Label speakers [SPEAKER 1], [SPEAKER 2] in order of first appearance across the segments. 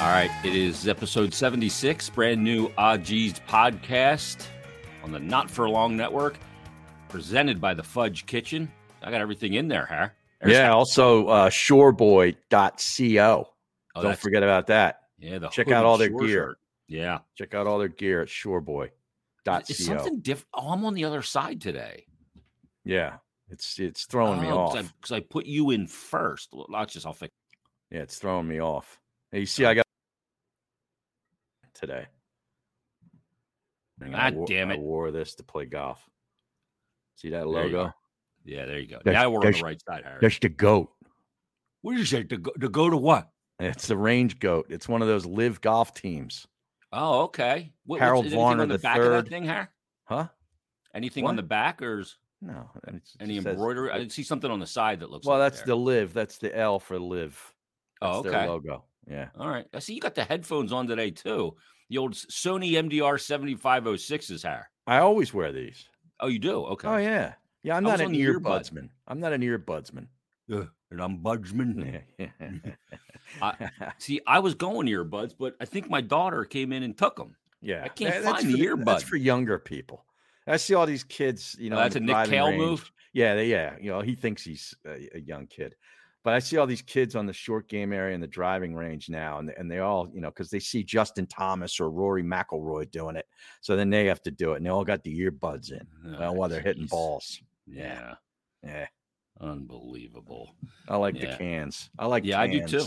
[SPEAKER 1] All right, it is episode 76, brand new Odd G's podcast on the Not For Long Network, presented by the Fudge Kitchen. I got everything in there, huh? There's-
[SPEAKER 2] yeah, also uh, shoreboy.co.
[SPEAKER 1] Oh,
[SPEAKER 2] Don't
[SPEAKER 1] that's-
[SPEAKER 2] forget about that.
[SPEAKER 1] Yeah, the
[SPEAKER 2] check
[SPEAKER 1] hooded
[SPEAKER 2] out all their
[SPEAKER 1] shore
[SPEAKER 2] gear.
[SPEAKER 1] shirt. Yeah.
[SPEAKER 2] Check out all their gear at shoreboy.co.
[SPEAKER 1] It's something different. Oh, I'm on the other side today.
[SPEAKER 2] yeah, it's it's throwing me
[SPEAKER 1] Oh,
[SPEAKER 2] off.
[SPEAKER 1] Because I, put you in first. Well, not just, I'll fix
[SPEAKER 2] Yeah, it's throwing me off. Hey, you
[SPEAKER 1] Oh.
[SPEAKER 2] see, I got today. And I
[SPEAKER 1] God
[SPEAKER 2] wo-
[SPEAKER 1] damn
[SPEAKER 2] I
[SPEAKER 1] it.
[SPEAKER 2] wore this to play golf. See that
[SPEAKER 1] There you
[SPEAKER 2] logo?
[SPEAKER 1] are. Yeah, there you go.
[SPEAKER 2] There's-
[SPEAKER 1] now we're on the
[SPEAKER 2] there's-
[SPEAKER 1] right side, Harry.
[SPEAKER 2] That's the goat.
[SPEAKER 1] What did you say? To go to, go to what?
[SPEAKER 2] It's the range goat. It's one of those live golf teams,
[SPEAKER 1] Oh, okay. What, what's-
[SPEAKER 2] Harold
[SPEAKER 1] is anything
[SPEAKER 2] Varner
[SPEAKER 1] on the,
[SPEAKER 2] the
[SPEAKER 1] back of
[SPEAKER 2] third.
[SPEAKER 1] that thing, Harry?
[SPEAKER 2] huh?
[SPEAKER 1] Anything on
[SPEAKER 2] What?
[SPEAKER 1] the back or is
[SPEAKER 2] No, it's- it
[SPEAKER 1] any
[SPEAKER 2] just says-
[SPEAKER 1] embroidery? I see something on the side that looks
[SPEAKER 2] Well,
[SPEAKER 1] like
[SPEAKER 2] that's
[SPEAKER 1] there.
[SPEAKER 2] the live. That's the L for live. That's
[SPEAKER 1] Oh,
[SPEAKER 2] their
[SPEAKER 1] okay.
[SPEAKER 2] logo. Yeah.
[SPEAKER 1] All right. I see you got the headphones on today too. The old S- Sony MDR 7506 is here.
[SPEAKER 2] I always wear these.
[SPEAKER 1] Oh, you do? Okay.
[SPEAKER 2] Oh yeah. Yeah, I'm
[SPEAKER 1] I was
[SPEAKER 2] not
[SPEAKER 1] on
[SPEAKER 2] an
[SPEAKER 1] the earbud.
[SPEAKER 2] earbudsman. I'm not an earbudsman.
[SPEAKER 1] yeah. And I'm Budgeman.
[SPEAKER 2] I,
[SPEAKER 1] See, I was going earbuds, but I think my daughter came in and took them.
[SPEAKER 2] yeah.
[SPEAKER 1] can't
[SPEAKER 2] that-
[SPEAKER 1] find
[SPEAKER 2] for
[SPEAKER 1] the
[SPEAKER 2] That's
[SPEAKER 1] earbud. Oh,
[SPEAKER 2] for younger people. I see all these kids, you know. in
[SPEAKER 1] that's
[SPEAKER 2] the
[SPEAKER 1] a Nick
[SPEAKER 2] driving
[SPEAKER 1] Cale
[SPEAKER 2] range.
[SPEAKER 1] move.
[SPEAKER 2] Yeah, they- yeah. You know, he thinks he's a, a young kid. But I see all these kids on the short game area and the driving range now, and, and they all, you know, because they see Justin Thomas or Rory McIlroy doing it, so then they have to do it, and they all got the earbuds in uh,
[SPEAKER 1] Oh,
[SPEAKER 2] while they're hitting
[SPEAKER 1] jeez.
[SPEAKER 2] balls.
[SPEAKER 1] Yeah.
[SPEAKER 2] Yeah,
[SPEAKER 1] Unbelievable.
[SPEAKER 2] I like
[SPEAKER 1] Yeah.
[SPEAKER 2] the cans. I like
[SPEAKER 1] yeah, I do
[SPEAKER 2] cans.
[SPEAKER 1] too.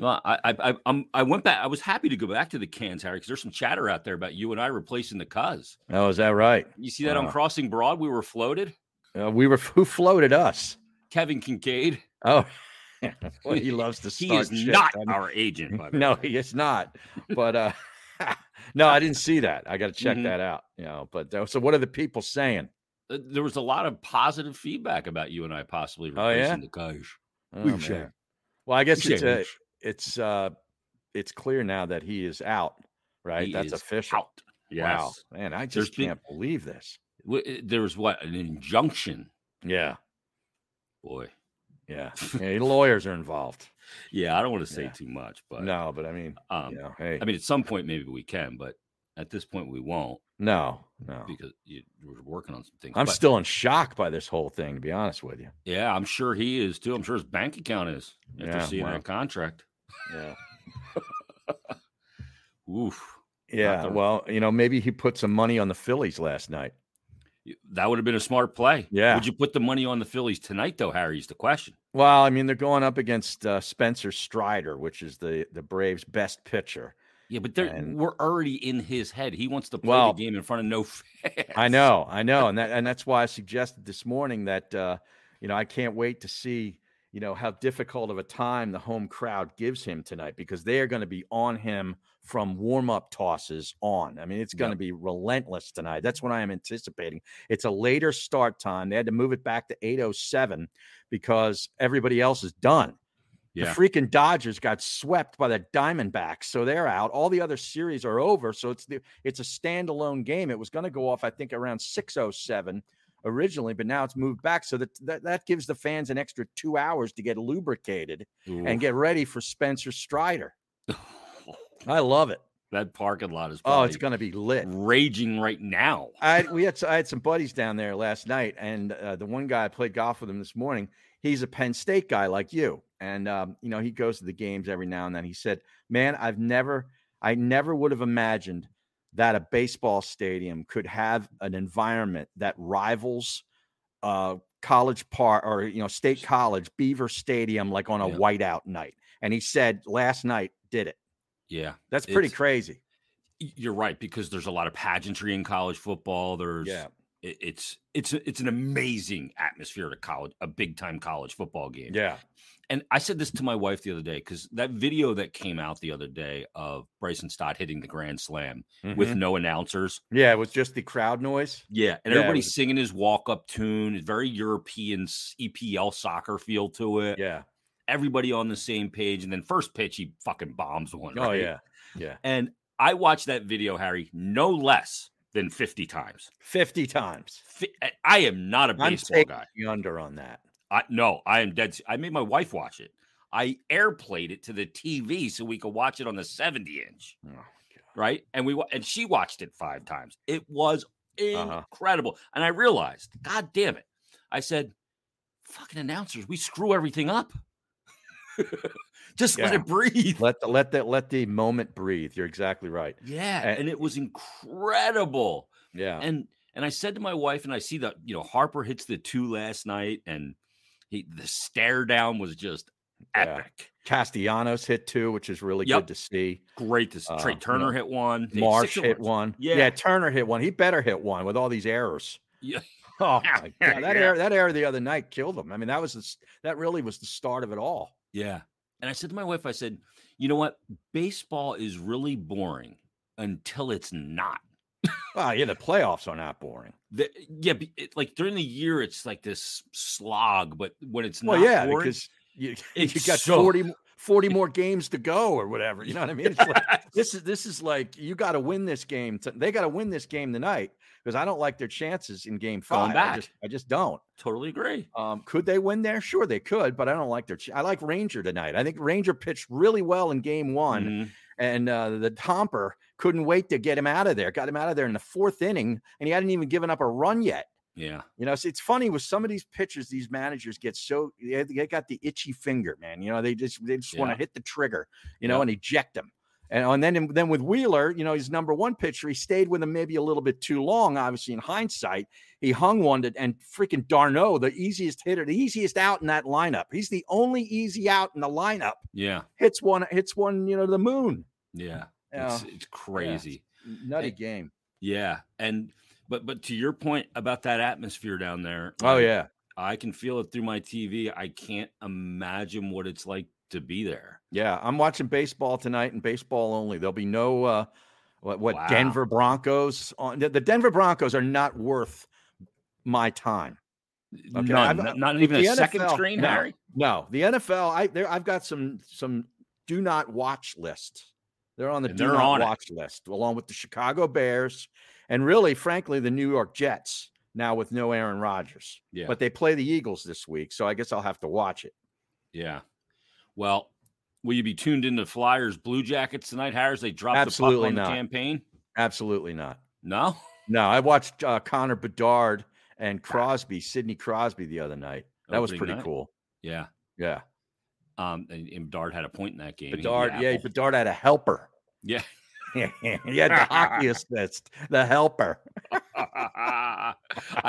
[SPEAKER 1] Well, I I I, I'm, I went back. I was happy to go back to the cans, Harry, because there's some chatter out there about you and I replacing the cuz.
[SPEAKER 2] Oh, is that right?
[SPEAKER 1] You see that on
[SPEAKER 2] Wow.
[SPEAKER 1] Crossing Broad? We were floated.
[SPEAKER 2] Uh, we were who floated us?
[SPEAKER 1] Kevin Kincaid.
[SPEAKER 2] Oh, well, he loves to
[SPEAKER 1] He
[SPEAKER 2] start.
[SPEAKER 1] is
[SPEAKER 2] shit.
[SPEAKER 1] not
[SPEAKER 2] I mean,
[SPEAKER 1] our agent. By the
[SPEAKER 2] no,
[SPEAKER 1] way.
[SPEAKER 2] he is not. But uh, no, I didn't see that. I got to check
[SPEAKER 1] Mhm.
[SPEAKER 2] that out. You know, but uh, so what are the people saying?
[SPEAKER 1] Uh, there was a lot of positive feedback about you and I possibly
[SPEAKER 2] Oh,
[SPEAKER 1] replacing
[SPEAKER 2] yeah?
[SPEAKER 1] the coach.
[SPEAKER 2] Oh,
[SPEAKER 1] We
[SPEAKER 2] man.
[SPEAKER 1] share.
[SPEAKER 2] Well, I guess
[SPEAKER 1] We
[SPEAKER 2] it's
[SPEAKER 1] share,
[SPEAKER 2] uh,
[SPEAKER 1] Mitch.
[SPEAKER 2] it's uh, it's clear now that he is out. Right,
[SPEAKER 1] He
[SPEAKER 2] that's
[SPEAKER 1] is
[SPEAKER 2] official.
[SPEAKER 1] out. Yes.
[SPEAKER 2] Wow, man, I just
[SPEAKER 1] been-
[SPEAKER 2] can't believe this.
[SPEAKER 1] W- uh, There was what an injunction,
[SPEAKER 2] Yeah,
[SPEAKER 1] boy.
[SPEAKER 2] yeah. yeah lawyers are involved.
[SPEAKER 1] Yeah, I don't want to say
[SPEAKER 2] Yeah.
[SPEAKER 1] too much, but
[SPEAKER 2] no, but I mean,
[SPEAKER 1] um,
[SPEAKER 2] you know, hey,
[SPEAKER 1] I mean, at some point maybe we can, but at this point we won't
[SPEAKER 2] no, no.
[SPEAKER 1] because you, we're working on some things.
[SPEAKER 2] Oh. I'm
[SPEAKER 1] But,
[SPEAKER 2] still in shock by this whole thing, to be honest with you.
[SPEAKER 1] yeah, I'm sure he is too. I'm sure his bank account is after
[SPEAKER 2] Yeah,
[SPEAKER 1] seeing
[SPEAKER 2] wow.
[SPEAKER 1] that contract.
[SPEAKER 2] Yeah.
[SPEAKER 1] Oof,
[SPEAKER 2] Yeah.
[SPEAKER 1] the-
[SPEAKER 2] Well, you know, maybe he put some money on the Phillies last night.
[SPEAKER 1] You- that would have been a smart play.
[SPEAKER 2] Yeah.
[SPEAKER 1] Would you put the money on the Phillies tonight, though? Harry's the question.
[SPEAKER 2] Well, I mean, they're going up against uh, Spencer Strider, which is the the Braves' best pitcher.
[SPEAKER 1] Yeah, but they're,
[SPEAKER 2] And-
[SPEAKER 1] we're already in his head. He wants to play
[SPEAKER 2] Well,
[SPEAKER 1] the game in front of no fans.
[SPEAKER 2] I know, I know, and that and that's why I suggested this morning that uh, you know I can't wait to see you know how difficult of a time the home crowd gives him tonight because they are going to be on him from warm up tosses on. I mean, it's going to
[SPEAKER 1] Yep.
[SPEAKER 2] be relentless tonight. That's what I am anticipating. It's a later start time. They had to move it back to eight oh seven because everybody else is done.
[SPEAKER 1] Yeah.
[SPEAKER 2] The freaking Dodgers got swept by the Diamondbacks, so they're out. All the other series are over, so it's the it's a standalone game. It was going to go off, I think, around six oh seven originally, but now it's moved back, so that, that that gives the fans an extra two hours to get lubricated and get ready for Spencer Strider.
[SPEAKER 1] Oof.
[SPEAKER 2] I love it.
[SPEAKER 1] that parking lot is
[SPEAKER 2] Oh, it's
[SPEAKER 1] probably
[SPEAKER 2] going to be lit.
[SPEAKER 1] raging right now.
[SPEAKER 2] I we had s- I had some buddies down there last night, and uh, the one guy I played golf with him this morning. He's a Penn State guy like you, and um, you know he goes to the games every now and then. He said, "Man, I've never, I never would have imagined that a baseball stadium could have an environment that rivals uh, College Park or you know State College Beaver Stadium, like on a
[SPEAKER 1] Yeah.
[SPEAKER 2] whiteout night." And he said, "Last night did it.
[SPEAKER 1] Yeah,
[SPEAKER 2] That's pretty
[SPEAKER 1] It's-
[SPEAKER 2] crazy."
[SPEAKER 1] y- you're right because there's a lot of pageantry in college football. There's
[SPEAKER 2] Yeah,
[SPEAKER 1] it- it's it's a- it's an amazing atmosphere to college, a big time college football game.
[SPEAKER 2] yeah,
[SPEAKER 1] And I said this to my wife the other day because that video that came out the other day of Bryson Stott hitting the grand slam with
[SPEAKER 2] Mhm.
[SPEAKER 1] no announcers.
[SPEAKER 2] yeah. It was just the crowd noise.
[SPEAKER 1] Yeah, and
[SPEAKER 2] Yeah, it
[SPEAKER 1] everybody's
[SPEAKER 2] was-
[SPEAKER 1] singing his walk-up tune. It's very European s- EPL soccer feel to it.
[SPEAKER 2] Yeah.
[SPEAKER 1] Everybody on the same page, and then first pitch he fucking bombs one.
[SPEAKER 2] Oh
[SPEAKER 1] right?
[SPEAKER 2] yeah. Yeah.
[SPEAKER 1] And I watched that video, Harry, no less than fifty times.
[SPEAKER 2] 50 times.
[SPEAKER 1] Fi- I- I am not a
[SPEAKER 2] I'm
[SPEAKER 1] baseball
[SPEAKER 2] taking
[SPEAKER 1] guy.
[SPEAKER 2] the under on that.
[SPEAKER 1] I no, I am dead. se- I made my wife watch it. I airplayed it to the TV so we could watch it on the 70 inch.
[SPEAKER 2] Oh, God.
[SPEAKER 1] Right. And we, wa- and she watched it five times. It was
[SPEAKER 2] Uh-huh.
[SPEAKER 1] incredible. And I realized, God damn it. I said, fucking announcers, we screw everything up. Just let
[SPEAKER 2] Yeah.
[SPEAKER 1] it breathe.
[SPEAKER 2] Let the let the let the moment breathe. You're exactly right.
[SPEAKER 1] Yeah.
[SPEAKER 2] And-
[SPEAKER 1] and it was incredible.
[SPEAKER 2] Yeah.
[SPEAKER 1] and and I said to my wife, and I see that you know Harper hits the two last night, and he the stare down was just
[SPEAKER 2] Yeah.
[SPEAKER 1] epic.
[SPEAKER 2] Castellanos hit two, which is really
[SPEAKER 1] Yep.
[SPEAKER 2] good to see.
[SPEAKER 1] Great to s-
[SPEAKER 2] Uh,
[SPEAKER 1] Trey
[SPEAKER 2] you know,
[SPEAKER 1] Turner hit one, they had
[SPEAKER 2] Marsh
[SPEAKER 1] six
[SPEAKER 2] hit
[SPEAKER 1] ones.
[SPEAKER 2] one.
[SPEAKER 1] Yeah.
[SPEAKER 2] Turner hit one. He better hit one with all these errors.
[SPEAKER 1] Yeah.
[SPEAKER 2] Oh my
[SPEAKER 1] Yeah.
[SPEAKER 2] God. that error that error the other night killed him. I mean, that was the, s- that really was the start of it all.
[SPEAKER 1] Yeah, and I said to my wife, I said, you know what, baseball is really boring until it's not.
[SPEAKER 2] Well, yeah, the playoffs are not boring.
[SPEAKER 1] The, yeah, be- it, like during the year, it's like this slog, but when it's
[SPEAKER 2] Well,
[SPEAKER 1] not
[SPEAKER 2] yeah,
[SPEAKER 1] boring,
[SPEAKER 2] because you,
[SPEAKER 1] it's
[SPEAKER 2] you got
[SPEAKER 1] so-
[SPEAKER 2] 40, mo- 40 more games to go or whatever. You know what I mean? It's like, this is this is like you got to win this game. To, they got to win this game tonight because I don't like their chances in game
[SPEAKER 1] Going
[SPEAKER 2] five.
[SPEAKER 1] back.
[SPEAKER 2] I just I just don't.
[SPEAKER 1] totally agree.
[SPEAKER 2] Um, could they win there? Sure, they could, but I don't like their. ch- I like Ranger tonight. I think Ranger pitched really well in game one,
[SPEAKER 1] Mhm.
[SPEAKER 2] and uh, the Tomper couldn't wait to get him out of there. Got him out of there in the fourth inning, and he hadn't even given up a run yet.
[SPEAKER 1] Yeah,
[SPEAKER 2] You know, it's, it's funny with some of these pitchers, these managers get so they, they got the itchy finger, man. You know, they just they just want
[SPEAKER 1] Yeah.
[SPEAKER 2] to hit the trigger, you know,
[SPEAKER 1] Yep.
[SPEAKER 2] and eject them. And, oh, and then then with Wheeler, you know, his number one pitcher, he stayed with him maybe a little bit too long. Obviously, in hindsight, he hung one to, and freaking Darno, the easiest hitter, the easiest out in that lineup. He's the only easy out in the lineup.
[SPEAKER 1] yeah,
[SPEAKER 2] Hits one, hits one, you know, to the moon.
[SPEAKER 1] yeah.
[SPEAKER 2] Yeah.
[SPEAKER 1] It's, it's crazy.
[SPEAKER 2] Nutty
[SPEAKER 1] It-
[SPEAKER 2] game.
[SPEAKER 1] Yeah, and but but to your point about that atmosphere down there.
[SPEAKER 2] Oh
[SPEAKER 1] like,
[SPEAKER 2] yeah,
[SPEAKER 1] I can feel it through my TV. I can't imagine what it's like to be there.
[SPEAKER 2] Yeah, I'm watching baseball tonight and baseball only. There'll be no uh what, what
[SPEAKER 1] Wow.
[SPEAKER 2] Denver Broncos on the, the Denver Broncos are not worth my time.
[SPEAKER 1] None,
[SPEAKER 2] Okay, I've- uh,
[SPEAKER 1] not, not even a
[SPEAKER 2] the
[SPEAKER 1] second
[SPEAKER 2] NFL
[SPEAKER 1] screen,
[SPEAKER 2] no.
[SPEAKER 1] Harry.
[SPEAKER 2] No, the NFL, I there I've got some some do not watch list. They're on the
[SPEAKER 1] And
[SPEAKER 2] do
[SPEAKER 1] they're
[SPEAKER 2] not
[SPEAKER 1] on it.
[SPEAKER 2] watch list along with the Chicago Bears and really frankly the New York Jets now with no Aaron Rodgers.
[SPEAKER 1] Yeah.
[SPEAKER 2] But they play the Eagles this week, so I guess I'll have to watch it.
[SPEAKER 1] Yeah. Well, will you be tuned into Flyers Blue Jackets tonight, Harris? They dropped the puck
[SPEAKER 2] Absolutely
[SPEAKER 1] on
[SPEAKER 2] not.
[SPEAKER 1] the campaign.
[SPEAKER 2] Absolutely not.
[SPEAKER 1] No. Oh,
[SPEAKER 2] No, I watched uh, Connor Bedard and Crosby, Sidney Crosby, the other night. That was
[SPEAKER 1] Opening
[SPEAKER 2] pretty
[SPEAKER 1] night?
[SPEAKER 2] cool.
[SPEAKER 1] Yeah.
[SPEAKER 2] Yeah,
[SPEAKER 1] Um. And, and Bedard had a point in that game. He hit the
[SPEAKER 2] Bedard. Yeah,
[SPEAKER 1] apple.
[SPEAKER 2] Bedard had a helper.
[SPEAKER 1] Yeah.
[SPEAKER 2] he had the hockey assist, the helper.
[SPEAKER 1] I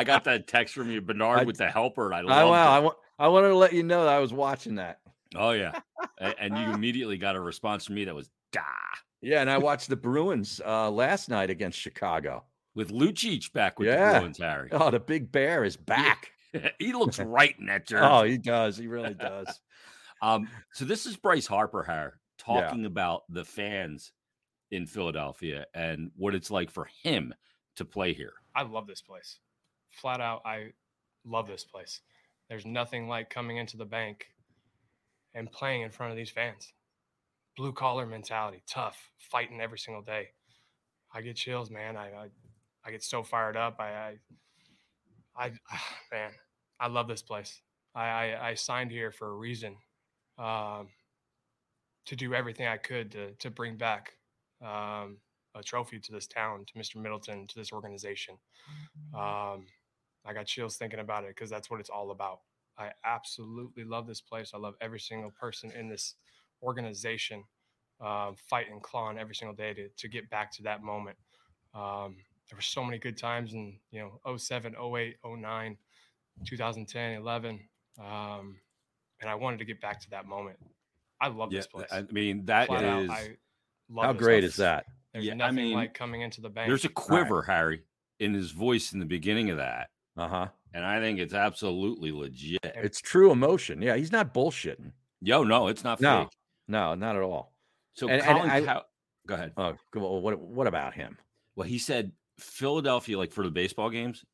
[SPEAKER 1] got that text from you, Bedard,
[SPEAKER 2] I-
[SPEAKER 1] with the helper. and I
[SPEAKER 2] I,
[SPEAKER 1] love
[SPEAKER 2] wow, I, wa- I wanted to let you know that I was watching that.
[SPEAKER 1] Oh yeah, A- and you immediately got a response from me that was "da"
[SPEAKER 2] Yeah, and I watched the Bruins uh, last night against Chicago.
[SPEAKER 1] with Lucic back with the
[SPEAKER 2] Yeah.
[SPEAKER 1] Bruins, Harry.
[SPEAKER 2] Oh, the big bear is back.
[SPEAKER 1] he looks right in that jersey.
[SPEAKER 2] Oh, he does. He really does.
[SPEAKER 1] Um, so this is Bryce Harper, Harry, talking about the fans in Philadelphia and what it's like for him to play here.
[SPEAKER 3] I love this place. Flat out, I love this place. There's nothing like coming into the bank and playing in front of these fans. Blue collar mentality, tough, fighting every single day. I get chills, man. I I, I get so fired up. I, I, I man, I love this place. I I, I signed here for a reason, um, to do everything I could to to bring back um, a trophy to this town, to Mr. Middleton, to this organization.
[SPEAKER 2] Mm-hmm.
[SPEAKER 3] Um, I got chills thinking about it because that's what it's all about. I absolutely love this place. I love every single person in this organization, um, fighting, clawing every single day to, to get back to that moment. Um, there were so many good times in, you know, 07, 08, 09, 2010, 11. Um, and I wanted to get back to that moment. I love this place.
[SPEAKER 1] I mean that is
[SPEAKER 3] Flat out, I love
[SPEAKER 2] How
[SPEAKER 3] this
[SPEAKER 2] great
[SPEAKER 3] place.
[SPEAKER 2] is that?
[SPEAKER 3] There's
[SPEAKER 1] Yeah, I
[SPEAKER 3] nothing
[SPEAKER 1] mean,
[SPEAKER 3] like coming into the bank.
[SPEAKER 1] there's a quiver, Harry, in his voice in the beginning of that,
[SPEAKER 2] Uh huh.
[SPEAKER 1] and I think it's absolutely legit.
[SPEAKER 2] It's true emotion. Yeah, he's not bullshitting.
[SPEAKER 1] Yo, no, it's not
[SPEAKER 2] No.
[SPEAKER 1] fake.
[SPEAKER 2] No, not at all.
[SPEAKER 1] So
[SPEAKER 2] And- and
[SPEAKER 1] Colin,
[SPEAKER 2] I-
[SPEAKER 1] Cow- go ahead.
[SPEAKER 2] Oh, go- well, what what about him?
[SPEAKER 1] Well, he said Philadelphia, like for the baseball games,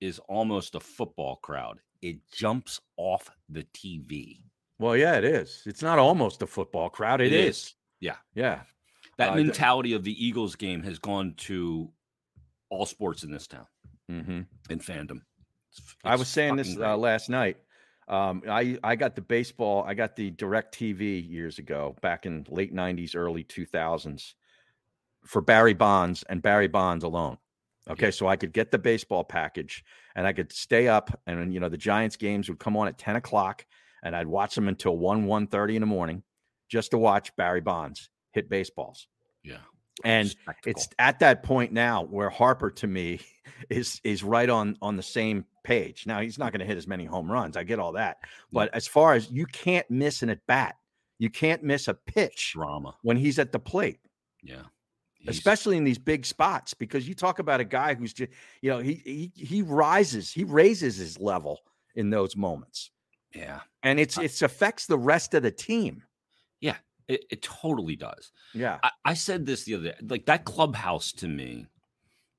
[SPEAKER 1] is almost a football crowd. It jumps off the TV.
[SPEAKER 2] Well, yeah, it is. It's not almost a football crowd. It
[SPEAKER 1] It
[SPEAKER 2] is.
[SPEAKER 1] is. Yeah.
[SPEAKER 2] Yeah.
[SPEAKER 1] That
[SPEAKER 2] Uh, th-
[SPEAKER 1] mentality of the Eagles game has gone to all sports in this town
[SPEAKER 2] hmm
[SPEAKER 1] in fandom. It's-
[SPEAKER 2] I
[SPEAKER 1] it's
[SPEAKER 2] was saying this
[SPEAKER 1] fucking
[SPEAKER 2] uh,
[SPEAKER 1] great.
[SPEAKER 2] last night. Um, I I got the baseball. I got the Direct TV years ago, back in late '90s, early 2000s, for Barry Bonds and Barry Bonds alone. Okay, so I could get the baseball package, and I could stay up, and you know the Giants games would come on at 10 o'clock, and I'd watch them until one one thirty in the morning, just to watch Barry Bonds hit baseballs.
[SPEAKER 1] Yeah.
[SPEAKER 2] And
[SPEAKER 1] Spectacle.
[SPEAKER 2] it's at that point now where Harper to me is is right on on the same page. Now he's not going to hit as many home runs. I get all that. But as far as you can't miss an at bat, you can't miss a pitch
[SPEAKER 1] drama.
[SPEAKER 2] when he's at the plate,
[SPEAKER 1] Yeah. He's-
[SPEAKER 2] especially in these big spots because you talk about a guy who's just, you know, he he he rises, he raises his level in those moments.
[SPEAKER 1] yeah.
[SPEAKER 2] And it's it's affects the rest of the team.
[SPEAKER 1] It, it totally does.
[SPEAKER 2] Yeah.
[SPEAKER 1] I, I said this the other day. Like that clubhouse to me,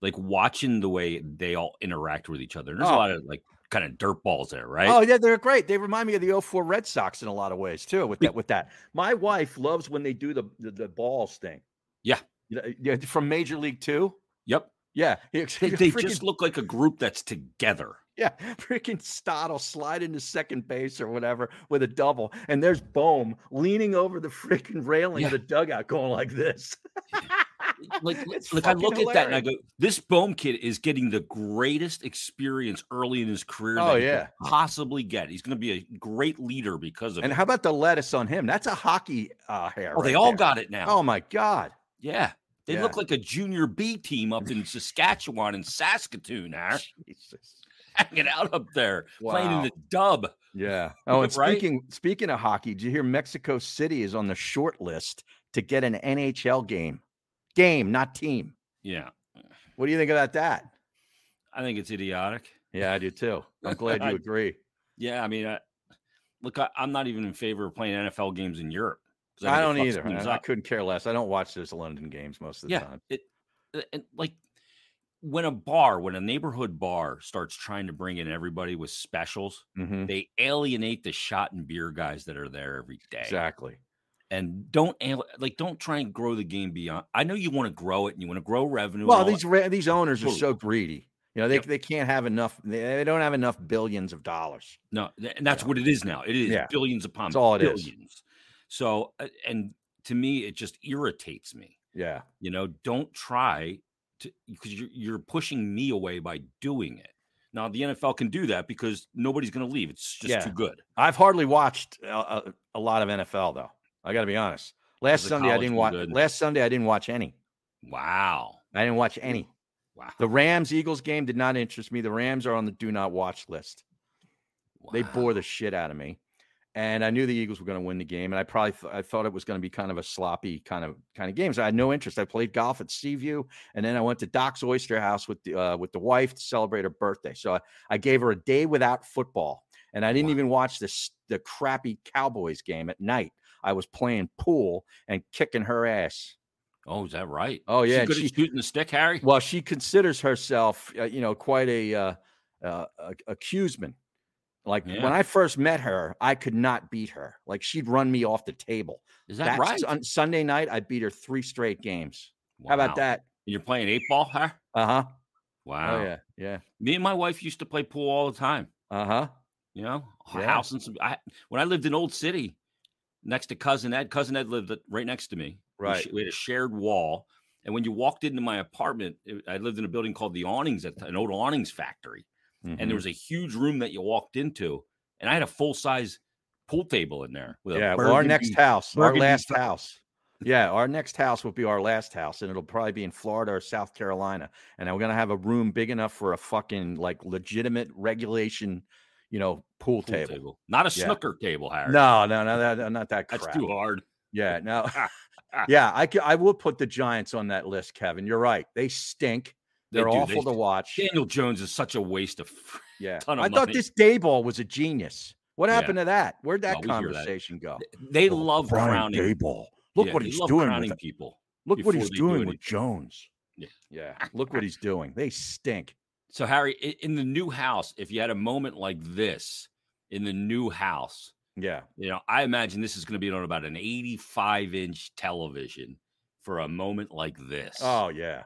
[SPEAKER 1] like watching the way they all interact with each other. There's
[SPEAKER 2] Oh.
[SPEAKER 1] a lot of like kind of dirt balls there, right?
[SPEAKER 2] Oh yeah, they're great. They remind me of the 04 Red Sox in a lot of ways too. With
[SPEAKER 1] Be-
[SPEAKER 2] that, with that, my wife loves when they do the the, the balls thing.
[SPEAKER 1] Yeah.
[SPEAKER 2] You know, yeah, from Major League Two.
[SPEAKER 1] Yep.
[SPEAKER 2] Yeah, they,
[SPEAKER 1] They, they just look like a group that's together.
[SPEAKER 2] yeah, freaking Stoddle slide into second base or whatever with a double, and there's Bohm leaning over the freaking railing of
[SPEAKER 1] Yeah.
[SPEAKER 2] the dugout, going like this.
[SPEAKER 1] Like, l-
[SPEAKER 2] It's
[SPEAKER 1] like I
[SPEAKER 2] fucking
[SPEAKER 1] look at that and I
[SPEAKER 2] hilarious.
[SPEAKER 1] go, this Bohm kid is getting the greatest experience early in his career.
[SPEAKER 2] Oh,
[SPEAKER 1] that he could
[SPEAKER 2] yeah.
[SPEAKER 1] possibly get. He's going to be a great leader because of
[SPEAKER 2] And
[SPEAKER 1] it.
[SPEAKER 2] how about the lettuce on him? That's a hockey uh, hair.
[SPEAKER 1] oh, they
[SPEAKER 2] right
[SPEAKER 1] all
[SPEAKER 2] there.
[SPEAKER 1] got it now.
[SPEAKER 2] Oh my god.
[SPEAKER 1] Yeah. They
[SPEAKER 2] Yeah.
[SPEAKER 1] look like a junior B team up in Saskatchewan and Saskatoon, are
[SPEAKER 2] Jesus.
[SPEAKER 1] hanging out up there, playing in
[SPEAKER 2] Wow.
[SPEAKER 1] the dub.
[SPEAKER 2] Yeah. Oh, and
[SPEAKER 1] Right?
[SPEAKER 2] speaking speaking of hockey, did you hear Mexico City is on the short list to get an NHL game? Game, not team.
[SPEAKER 1] Yeah.
[SPEAKER 2] What do you think about that?
[SPEAKER 1] I think it's idiotic.
[SPEAKER 2] Yeah, I do too. I'm glad
[SPEAKER 1] I-
[SPEAKER 2] you agree.
[SPEAKER 1] Yeah. I mean, I, look, I, I'm not even in favor of playing NFL games in Europe. 'cause
[SPEAKER 2] I don't
[SPEAKER 1] think it fucks
[SPEAKER 2] either.
[SPEAKER 1] teams
[SPEAKER 2] I, I
[SPEAKER 1] up.
[SPEAKER 2] couldn't care less. I don't watch those London games most of the
[SPEAKER 1] Yeah.
[SPEAKER 2] time.
[SPEAKER 1] It, a- and like when a bar, when a neighborhood bar starts trying to bring in everybody with specials,
[SPEAKER 2] Mhm.
[SPEAKER 1] they alienate the shot and beer guys that are there every day.
[SPEAKER 2] Exactly.
[SPEAKER 1] and don't al- like don't try and grow the game beyond. I know you want to grow it and you want to grow revenue. and
[SPEAKER 2] Well,
[SPEAKER 1] all
[SPEAKER 2] these re- these owners are
[SPEAKER 1] Totally.
[SPEAKER 2] so greedy. You know, they,
[SPEAKER 1] Yep.
[SPEAKER 2] they can't have enough. They, they don't have enough billions of dollars.
[SPEAKER 1] No, th- and that's what it is now. It is
[SPEAKER 2] Yeah.
[SPEAKER 1] billions upon
[SPEAKER 2] That's all it is.
[SPEAKER 1] billions. So, uh, and to me, it just irritates me.
[SPEAKER 2] Yeah.
[SPEAKER 1] You know, don't try to because you're you're pushing me away by doing it. Now the NFL can do that because nobody's going to leave. It's just
[SPEAKER 2] Yeah.
[SPEAKER 1] too good.
[SPEAKER 2] I've hardly watched uh, a, a lot of NFL though. I got to be honest. Last
[SPEAKER 1] the
[SPEAKER 2] Sunday I
[SPEAKER 1] college
[SPEAKER 2] didn't
[SPEAKER 1] been
[SPEAKER 2] watch.
[SPEAKER 1] good?
[SPEAKER 2] Last Sunday I didn't watch any.
[SPEAKER 1] Wow,
[SPEAKER 2] I didn't watch any.
[SPEAKER 1] wow,
[SPEAKER 2] The Rams Eagles game did not interest me. The Rams are on the do not watch list. They
[SPEAKER 1] wow.
[SPEAKER 2] bore the shit out of me, and I knew the Eagles were going to win the game. And I probably th- I thought it was going to be kind of a sloppy kind of kind of game. So I had no interest. I played golf at Seaview, and then I went to Doc's Oyster House with the uh, with the wife to celebrate her birthday. So I, I gave her a day without football, and I didn't
[SPEAKER 1] Wow.
[SPEAKER 2] even watch this the crappy Cowboys game at night. I was playing pool and kicking her ass.
[SPEAKER 1] Oh, is that right?
[SPEAKER 2] Oh,
[SPEAKER 1] She
[SPEAKER 2] yeah,
[SPEAKER 1] good at
[SPEAKER 2] she-
[SPEAKER 1] shooting the stick, Harry.
[SPEAKER 2] Well, she considers herself, uh, you know, quite a uh, uh, a- accuseman. Like
[SPEAKER 1] Yeah.
[SPEAKER 2] when I first met her, I could not beat her. Like she'd run me off the table.
[SPEAKER 1] Is that
[SPEAKER 2] That
[SPEAKER 1] right?
[SPEAKER 2] Sun- Sunday night, I beat her three straight games. How
[SPEAKER 1] Wow.
[SPEAKER 2] about that?
[SPEAKER 1] And you're playing eight ball, huh?
[SPEAKER 2] Uh huh.
[SPEAKER 1] Wow.
[SPEAKER 2] Oh yeah, yeah.
[SPEAKER 1] Me and my wife used to play pool all the time.
[SPEAKER 2] Uh huh.
[SPEAKER 1] you know, a
[SPEAKER 2] Yeah.
[SPEAKER 1] house and some. I, when I lived in Old City, next to cousin Ed, cousin Ed lived right next to me. We
[SPEAKER 2] Right.
[SPEAKER 1] sh- we had a shared wall, and when you walked into my apartment, it- I lived in a building called the Awnings, at an old awnings factory, and
[SPEAKER 2] Mhm.
[SPEAKER 1] there was a huge room that you walked into, and I had a full size pool table in there. With
[SPEAKER 2] yeah.
[SPEAKER 1] a
[SPEAKER 2] Well, our next
[SPEAKER 1] burgundy-
[SPEAKER 2] house, our
[SPEAKER 1] burgundy
[SPEAKER 2] last
[SPEAKER 1] fl-
[SPEAKER 2] house. Yeah, our next house will be our last house, and it'll probably be in Florida or South Carolina. And we're gonna have a room big enough for a fucking like legitimate regulation, you know, pool,
[SPEAKER 1] pool table.
[SPEAKER 2] table.
[SPEAKER 1] not a
[SPEAKER 2] Yeah.
[SPEAKER 1] snooker table, Harry.
[SPEAKER 2] No, no, no, that, not that crap.
[SPEAKER 1] that's too hard. Ah,
[SPEAKER 2] Yeah, no. yeah, I c- I will put the Giants on that list, Kevin. You're right. They stink.
[SPEAKER 1] They
[SPEAKER 2] They're
[SPEAKER 1] do.
[SPEAKER 2] awful
[SPEAKER 1] They-
[SPEAKER 2] to watch.
[SPEAKER 1] Daniel Jones is such a waste of.
[SPEAKER 2] Yeah.
[SPEAKER 1] ton of
[SPEAKER 2] I thought
[SPEAKER 1] money.
[SPEAKER 2] this Dayball was a genius. What
[SPEAKER 1] Yeah.
[SPEAKER 2] happened to that? Where'd that
[SPEAKER 1] Well, we hear that.
[SPEAKER 2] conversation go?
[SPEAKER 1] They love crowning.
[SPEAKER 2] Oh, Dayball.
[SPEAKER 1] yeah, they love crowning
[SPEAKER 2] with-
[SPEAKER 1] people.
[SPEAKER 2] look
[SPEAKER 1] before they do anything.
[SPEAKER 2] Jones.
[SPEAKER 1] Yeah.
[SPEAKER 2] Yeah. Look what he's doing. They stink.
[SPEAKER 1] So, Harry, i- in the new house, if you had a moment like this in the new house,
[SPEAKER 2] Yeah.
[SPEAKER 1] you know, I imagine this is going to be on about an 85 inch television for a moment like this.
[SPEAKER 2] Oh yeah.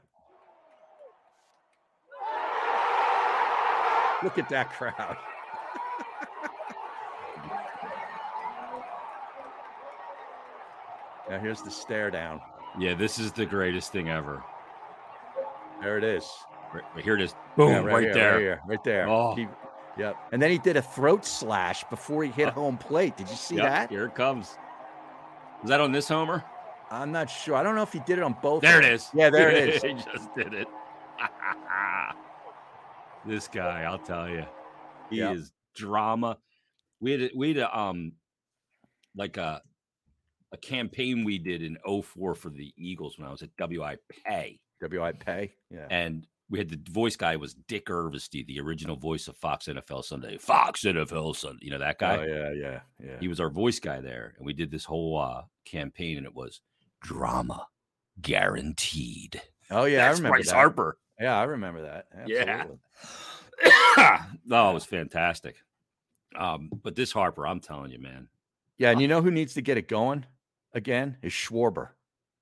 [SPEAKER 2] Look at that crowd. Now here's the stare down.
[SPEAKER 1] Yeah, this is the greatest thing ever.
[SPEAKER 2] There it is.
[SPEAKER 1] Right, here it is. Boom,
[SPEAKER 2] Yeah,
[SPEAKER 1] right, there.
[SPEAKER 2] Right, here, right there.
[SPEAKER 1] Oh.
[SPEAKER 2] He- yep. And then he did a throat slash before he hit home plate. Did you see
[SPEAKER 1] Uh. Yep,
[SPEAKER 2] that?
[SPEAKER 1] Here it comes. Is that on this homer?
[SPEAKER 2] I'm not sure. I don't know if he did it on both.
[SPEAKER 1] There
[SPEAKER 2] of
[SPEAKER 1] it
[SPEAKER 2] them.
[SPEAKER 1] is.
[SPEAKER 2] Yeah, there it is.
[SPEAKER 1] he just did it. this guy, I'll tell you, he
[SPEAKER 2] Yep.
[SPEAKER 1] is drama. We had a- we had a, um like a a campaign we did in 04 for the Eagles when I was at WI Pay,
[SPEAKER 2] WI pay. Yeah.
[SPEAKER 1] and we had the voice guy was Dick Irvesty, the original voice of Fox NFL Sunday. Fox NFL Sunday, you know that guy.
[SPEAKER 2] Oh yeah, yeah, yeah.
[SPEAKER 1] He was our voice guy there, and we did this whole uh, campaign, and it was drama guaranteed.
[SPEAKER 2] oh yeah, I
[SPEAKER 1] That's
[SPEAKER 2] remember
[SPEAKER 1] Bryce
[SPEAKER 2] that.
[SPEAKER 1] Harper.
[SPEAKER 2] Yeah, I remember that.
[SPEAKER 1] Yeah.
[SPEAKER 2] Absolutely.
[SPEAKER 1] no, it was fantastic. Um, but this Harper, I'm telling you, man,
[SPEAKER 2] Yeah, and you know who needs to get it going again is Schwarber.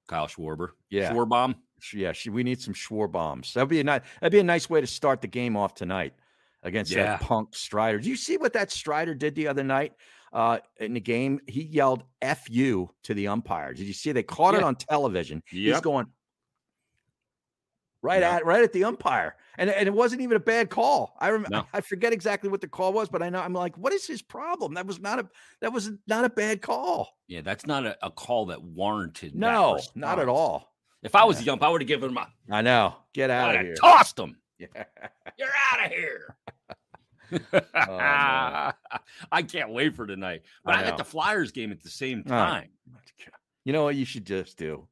[SPEAKER 1] Kyle Schwarber,
[SPEAKER 2] Yeah.
[SPEAKER 1] Schwarbaum.
[SPEAKER 2] Sh- Yeah, she, we need some Schwarbombs. That'd be a nice. That'd be a nice way to start the game off tonight against
[SPEAKER 1] Yeah.
[SPEAKER 2] that punk Strider. Do you see what that Strider did the other night uh, in the game? He yelled "f you" to the umpire. Did you see? They caught it
[SPEAKER 1] Yeah.
[SPEAKER 2] on television. He's
[SPEAKER 1] Yep.
[SPEAKER 2] going right
[SPEAKER 1] Yeah.
[SPEAKER 2] at right at the umpire, and and it wasn't even a bad call. I remember.
[SPEAKER 1] No.
[SPEAKER 2] I forget exactly what the call was, but I know I'm like, what is his problem? That was not a that was not a bad call.
[SPEAKER 1] yeah, that's not a, a call that warranted. that
[SPEAKER 2] No, not at
[SPEAKER 1] response.
[SPEAKER 2] all.
[SPEAKER 1] If I was
[SPEAKER 2] Yeah.
[SPEAKER 1] the ump, I would have given him a,
[SPEAKER 2] I know. Get
[SPEAKER 1] I
[SPEAKER 2] out
[SPEAKER 1] would
[SPEAKER 2] of
[SPEAKER 1] have
[SPEAKER 2] here.
[SPEAKER 1] tossed him.
[SPEAKER 2] Yeah.
[SPEAKER 1] You're out of here.
[SPEAKER 2] Oh, man.
[SPEAKER 1] I can't wait for tonight. But
[SPEAKER 2] I
[SPEAKER 1] I'm at
[SPEAKER 2] know.
[SPEAKER 1] the Flyers game at the same
[SPEAKER 2] Oh.
[SPEAKER 1] time.
[SPEAKER 2] You know what you should just do?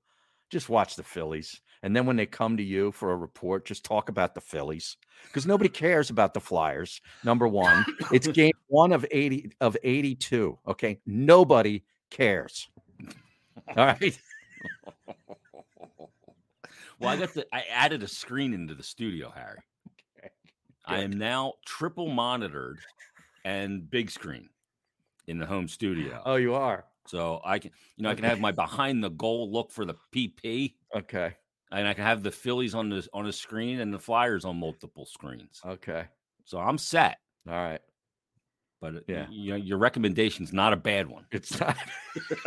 [SPEAKER 2] Just watch the Phillies. And then when they come to you for a report, just talk about the Phillies because nobody cares about the Flyers. Number one, it's game one of 80 of 82. Okay. Nobody cares. All right.
[SPEAKER 1] Well, I got the I added a screen into the studio, Harry. I am now triple monitored and big screen in the home studio.
[SPEAKER 2] Oh, you are.
[SPEAKER 1] So I can you know I can have my behind the goal look for the PP
[SPEAKER 2] Okay.
[SPEAKER 1] and I can have the Phillies on this on a screen and the Flyers on multiple screens.
[SPEAKER 2] Okay.
[SPEAKER 1] So I'm set.
[SPEAKER 2] All right.
[SPEAKER 1] But yeah.
[SPEAKER 2] Yeah.
[SPEAKER 1] you know your recommendation's not a bad one.
[SPEAKER 2] It's not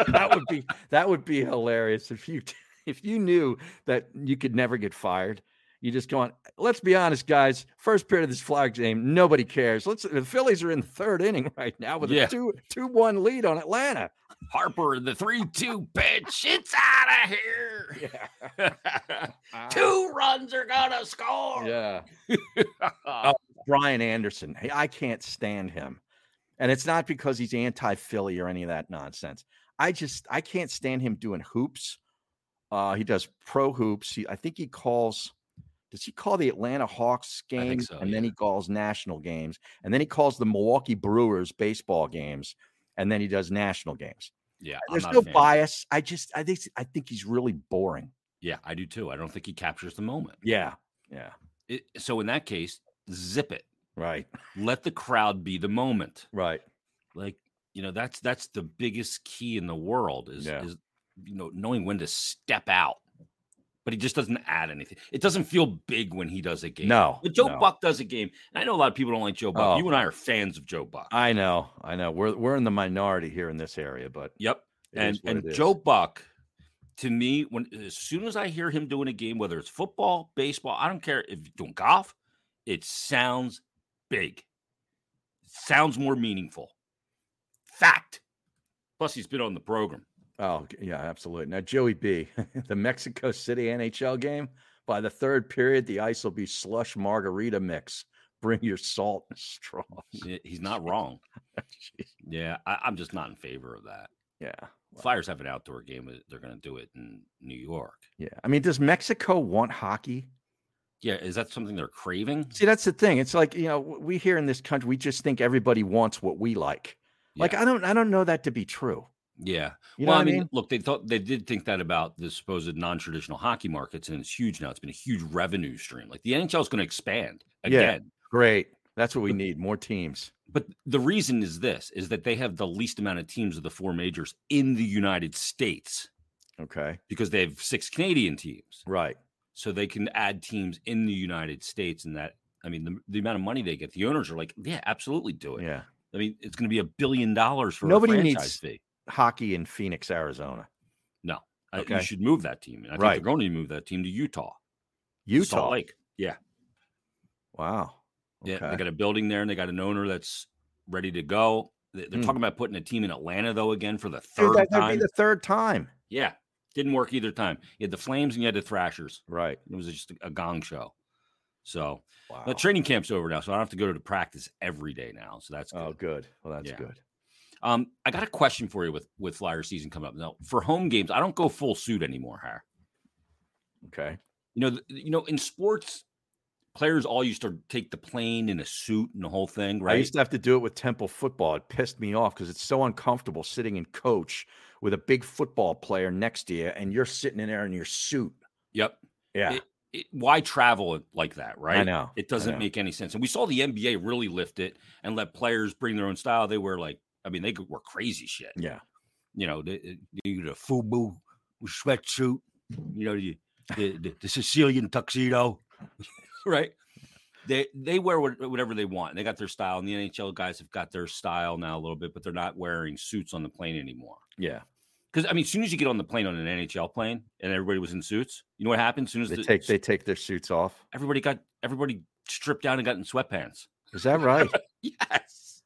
[SPEAKER 2] that would be that would be hilarious if you if you knew that you could never get fired. You just go on. Let's be honest, guys. First period of this Flyer game, nobody cares. Let's the Phillies are in the third inning right now with
[SPEAKER 1] Yeah.
[SPEAKER 2] a two two one lead on Atlanta.
[SPEAKER 1] Harper, the three two pitch, it's out of here.
[SPEAKER 2] Yeah.
[SPEAKER 1] Two runs are gonna score.
[SPEAKER 2] Yeah. Uh, Brian Anderson. Hey, I can't stand him. And it's not because he's anti Philly or any of that nonsense. I just I can't stand him doing hoops. Uh he does pro hoops. He, I think he calls does he call the Atlanta Hawks
[SPEAKER 1] think
[SPEAKER 2] games
[SPEAKER 1] so,
[SPEAKER 2] and then
[SPEAKER 1] yeah.
[SPEAKER 2] he calls national games and then he calls the Milwaukee Brewers baseball games and then he does national games.
[SPEAKER 1] Yeah, I'm
[SPEAKER 2] There's
[SPEAKER 1] not a
[SPEAKER 2] no
[SPEAKER 1] fan.
[SPEAKER 2] bias. I just I think I think he's really boring.
[SPEAKER 1] Yeah, I do too. I don't think he captures the moment.
[SPEAKER 2] Yeah. Yeah.
[SPEAKER 1] It, so in that case, zip it.
[SPEAKER 2] Right.
[SPEAKER 1] Let the crowd be the moment.
[SPEAKER 2] Right.
[SPEAKER 1] Like you know, that's that's the biggest key in the world is
[SPEAKER 2] Yeah.
[SPEAKER 1] is you know knowing when to step out. But he just doesn't add anything. It doesn't feel big when he does a game.
[SPEAKER 2] No.
[SPEAKER 1] When Joe
[SPEAKER 2] no.
[SPEAKER 1] Buck does a game, and I know a lot of people don't like Joe Buck.
[SPEAKER 2] Oh.
[SPEAKER 1] You and I are fans of Joe Buck.
[SPEAKER 2] I know, I know. We're we're in the minority here in this area, but
[SPEAKER 1] yep.
[SPEAKER 2] it
[SPEAKER 1] and
[SPEAKER 2] is what
[SPEAKER 1] and
[SPEAKER 2] it
[SPEAKER 1] Joe
[SPEAKER 2] is.
[SPEAKER 1] Buck, to me, when as soon as I hear him doing a game, whether it's football, baseball, I don't care if you're doing golf, it sounds big, sounds more meaningful. Fact. Plus, he's been on the program.
[SPEAKER 2] Oh g- yeah, absolutely. Now Joey B, the Mexico City NHL game. By the third period, the ice will be slush margarita mix. Bring your salt and straws.
[SPEAKER 1] He- He's not wrong.
[SPEAKER 2] Jeez.
[SPEAKER 1] Yeah, I, I'm just not in favor of that.
[SPEAKER 2] yeah,
[SPEAKER 1] Flyers have an outdoor game. uh, They're going to do it in New York.
[SPEAKER 2] yeah. I mean, does Mexico want hockey?
[SPEAKER 1] Yeah, is that something they're craving?
[SPEAKER 2] See, that's the thing. It's like you know, w- we here in this country, we just think everybody wants what we like. Like
[SPEAKER 1] Yeah.
[SPEAKER 2] I don't, I don't know that to be true.
[SPEAKER 1] Yeah.
[SPEAKER 2] You know
[SPEAKER 1] well,
[SPEAKER 2] what
[SPEAKER 1] I mean, look, they thought they did think that about the supposed non-traditional hockey markets, and it's huge now. It's been a huge revenue stream. Like the NHL is going to expand
[SPEAKER 2] Yeah.
[SPEAKER 1] again,
[SPEAKER 2] Great. That's what we need. More teams.
[SPEAKER 1] but the reason is this: is that they have the least amount of teams of the four majors in the United States
[SPEAKER 2] Okay.
[SPEAKER 1] because they have six Canadian teams,
[SPEAKER 2] Right.
[SPEAKER 1] so they can add teams in the United States. And that, I mean, the, the amount of money they get, the owners are like, yeah, absolutely do it.
[SPEAKER 2] Yeah.
[SPEAKER 1] I mean, it's going to be a billion dollars for
[SPEAKER 2] Nobody
[SPEAKER 1] a
[SPEAKER 2] needs-
[SPEAKER 1] franchise fee.
[SPEAKER 2] Hockey in Phoenix, Arizona.
[SPEAKER 1] No, I-
[SPEAKER 2] Okay.
[SPEAKER 1] you should move that team. And I think
[SPEAKER 2] Right.
[SPEAKER 1] they're going to move that team to Utah. to Salt
[SPEAKER 2] Utah.
[SPEAKER 1] Lake. Yeah.
[SPEAKER 2] Wow.
[SPEAKER 1] Yeah. They
[SPEAKER 2] Okay.
[SPEAKER 1] got a building there and they got an owner that's ready to go. They- They're
[SPEAKER 2] Hmm.
[SPEAKER 1] talking about putting a team in Atlanta, though, again for the
[SPEAKER 2] Dude,
[SPEAKER 1] third
[SPEAKER 2] that, that'd
[SPEAKER 1] time.
[SPEAKER 2] be the third time.
[SPEAKER 1] yeah. Didn't work either time. You had the Flames and you had the Thrashers.
[SPEAKER 2] Right.
[SPEAKER 1] It was just a, a gong show. So
[SPEAKER 2] Wow.
[SPEAKER 1] the training camp's over now. So I don't have to go to practice every day now. So that's good.
[SPEAKER 2] oh, good. Well, that's
[SPEAKER 1] Yeah.
[SPEAKER 2] good. Oh,
[SPEAKER 1] Um, I got a question for you with with Flyer season coming up. Now, for home games, I don't go full suit anymore, Har.
[SPEAKER 2] Okay.
[SPEAKER 1] You know, th- you know, in sports, players all used to take the plane in a suit and the whole thing,
[SPEAKER 2] I
[SPEAKER 1] right?
[SPEAKER 2] used to have to do it with Temple football. It pissed me off because it's so uncomfortable sitting in coach with a big football player next to you, and you're sitting in there in your suit.
[SPEAKER 1] yep.
[SPEAKER 2] Yeah,
[SPEAKER 1] It, why travel it like that, right?
[SPEAKER 2] I know.
[SPEAKER 1] It doesn't
[SPEAKER 2] know.
[SPEAKER 1] make any sense. And we saw the NBA really lift it and let players bring their own style. They were like, I mean, they could wear crazy shit.
[SPEAKER 2] Yeah,
[SPEAKER 1] you know, the the, the FUBU sweatsuit, you know, the, the, the, the Sicilian tuxedo, right? They they wear what- whatever they want. They got their style, and the NHL guys have got their style now a little bit, but they're not wearing suits on the plane anymore.
[SPEAKER 2] yeah.
[SPEAKER 1] Because I mean, as soon as you get on the plane on an NHL plane, and everybody was in suits, you know what happened? As soon as
[SPEAKER 2] They
[SPEAKER 1] the,
[SPEAKER 2] take they take their suits off.
[SPEAKER 1] everybody got everybody stripped down and got in sweatpants.
[SPEAKER 2] Is that right?
[SPEAKER 1] Yes,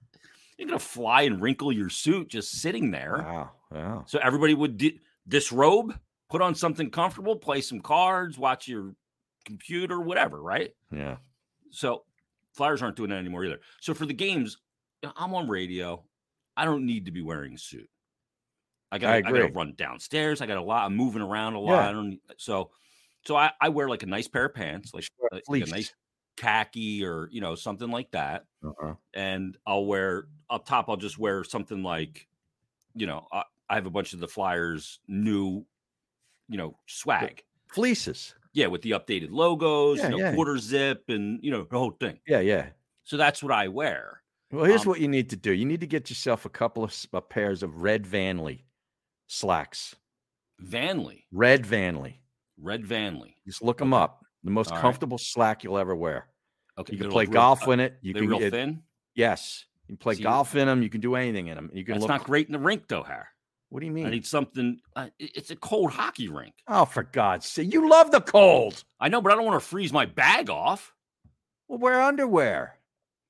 [SPEAKER 1] you're gonna fly and wrinkle your suit just sitting there.
[SPEAKER 2] wow. Wow.
[SPEAKER 1] So everybody would di- disrobe, put on something comfortable, play some cards, watch your computer, whatever, right?
[SPEAKER 2] Yeah.
[SPEAKER 1] So Flyers aren't doing that anymore either. So for the games, you know, I'm on radio. I don't need to be wearing a suit. I got I,
[SPEAKER 2] agree.
[SPEAKER 1] gotta run downstairs. I got a lot. I'm moving around a lot.
[SPEAKER 2] Yeah.
[SPEAKER 1] I don't so so I, I wear like a nice pair of pants, like, like a
[SPEAKER 2] Fleece.
[SPEAKER 1] nice khaki or you know, something like that
[SPEAKER 2] Uh-huh.
[SPEAKER 1] and I'll wear up top. I'll just wear something like, you know, I, I have a bunch of the Flyers new, you know, swag.
[SPEAKER 2] Fleeces.
[SPEAKER 1] Yeah, with the updated logos,
[SPEAKER 2] Yeah,
[SPEAKER 1] you know,
[SPEAKER 2] yeah.
[SPEAKER 1] quarter zip, and you know the whole thing.
[SPEAKER 2] Yeah. Yeah.
[SPEAKER 1] So that's what I wear.
[SPEAKER 2] Well, here's
[SPEAKER 1] Um,
[SPEAKER 2] what you need to do. You need to get yourself a couple of s- uh, pairs of red Vanley slacks.
[SPEAKER 1] Vanley,
[SPEAKER 2] Red Vanley.
[SPEAKER 1] red Vanley.
[SPEAKER 2] Just look them up. The most
[SPEAKER 1] All right.
[SPEAKER 2] comfortable slack you'll ever wear.
[SPEAKER 1] Okay,
[SPEAKER 2] You
[SPEAKER 1] they're
[SPEAKER 2] can
[SPEAKER 1] like
[SPEAKER 2] play
[SPEAKER 1] real-
[SPEAKER 2] golf
[SPEAKER 1] uh,
[SPEAKER 2] in it. You
[SPEAKER 1] They're
[SPEAKER 2] can
[SPEAKER 1] real
[SPEAKER 2] it-
[SPEAKER 1] thin.
[SPEAKER 2] Yes, you can play
[SPEAKER 1] See-
[SPEAKER 2] golf in them. You can do anything in them. You can
[SPEAKER 1] It's
[SPEAKER 2] look.
[SPEAKER 1] not great in the rink though, Har.
[SPEAKER 2] what do you
[SPEAKER 1] I
[SPEAKER 2] mean?
[SPEAKER 1] need something. Uh, it- it's a cold hockey rink.
[SPEAKER 2] oh, for God's sake! You love the cold.
[SPEAKER 1] I know, but I don't want to freeze my bag off.
[SPEAKER 2] Well, wear underwear.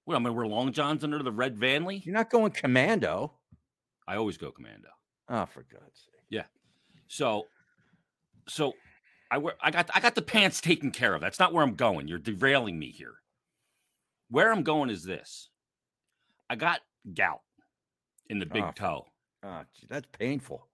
[SPEAKER 1] What am I gonna wear long johns under the red Vanley?
[SPEAKER 2] You're not going commando.
[SPEAKER 1] I always go commando.
[SPEAKER 2] Oh, for God's sake!
[SPEAKER 1] So, so I wear, I got I got the pants taken care of. That's not where I'm going. You're derailing me here. Where I'm going is this. I got gout in the big
[SPEAKER 2] Ah, f-
[SPEAKER 1] toe.
[SPEAKER 2] Oh, gee, that's painful,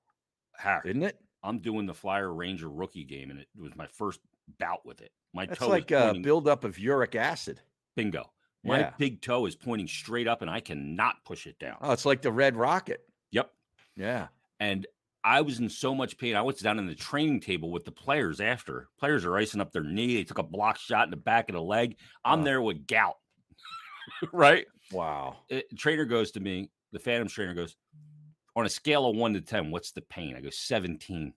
[SPEAKER 1] Harry,
[SPEAKER 2] isn't it?
[SPEAKER 1] I'm doing the Flyer Ranger rookie game, and it was my first bout with it. My
[SPEAKER 2] That's
[SPEAKER 1] toe
[SPEAKER 2] like
[SPEAKER 1] is
[SPEAKER 2] a
[SPEAKER 1] pointing,
[SPEAKER 2] buildup of uric acid.
[SPEAKER 1] bingo. My
[SPEAKER 2] Yeah.
[SPEAKER 1] big toe is pointing straight up, and I cannot push it down.
[SPEAKER 2] Oh, it's like the red rocket.
[SPEAKER 1] Yep.
[SPEAKER 2] Yeah.
[SPEAKER 1] and I was in so much pain. I was down in the training table with the players after. Players are icing up their knee. They took a block shot in the back of the leg. I'm
[SPEAKER 2] Wow.
[SPEAKER 1] there with gout. right?
[SPEAKER 2] Wow.
[SPEAKER 1] Uh, trainer goes to me, the Phantoms trainer goes, on a scale of one to 10, what's the pain? I go, 17.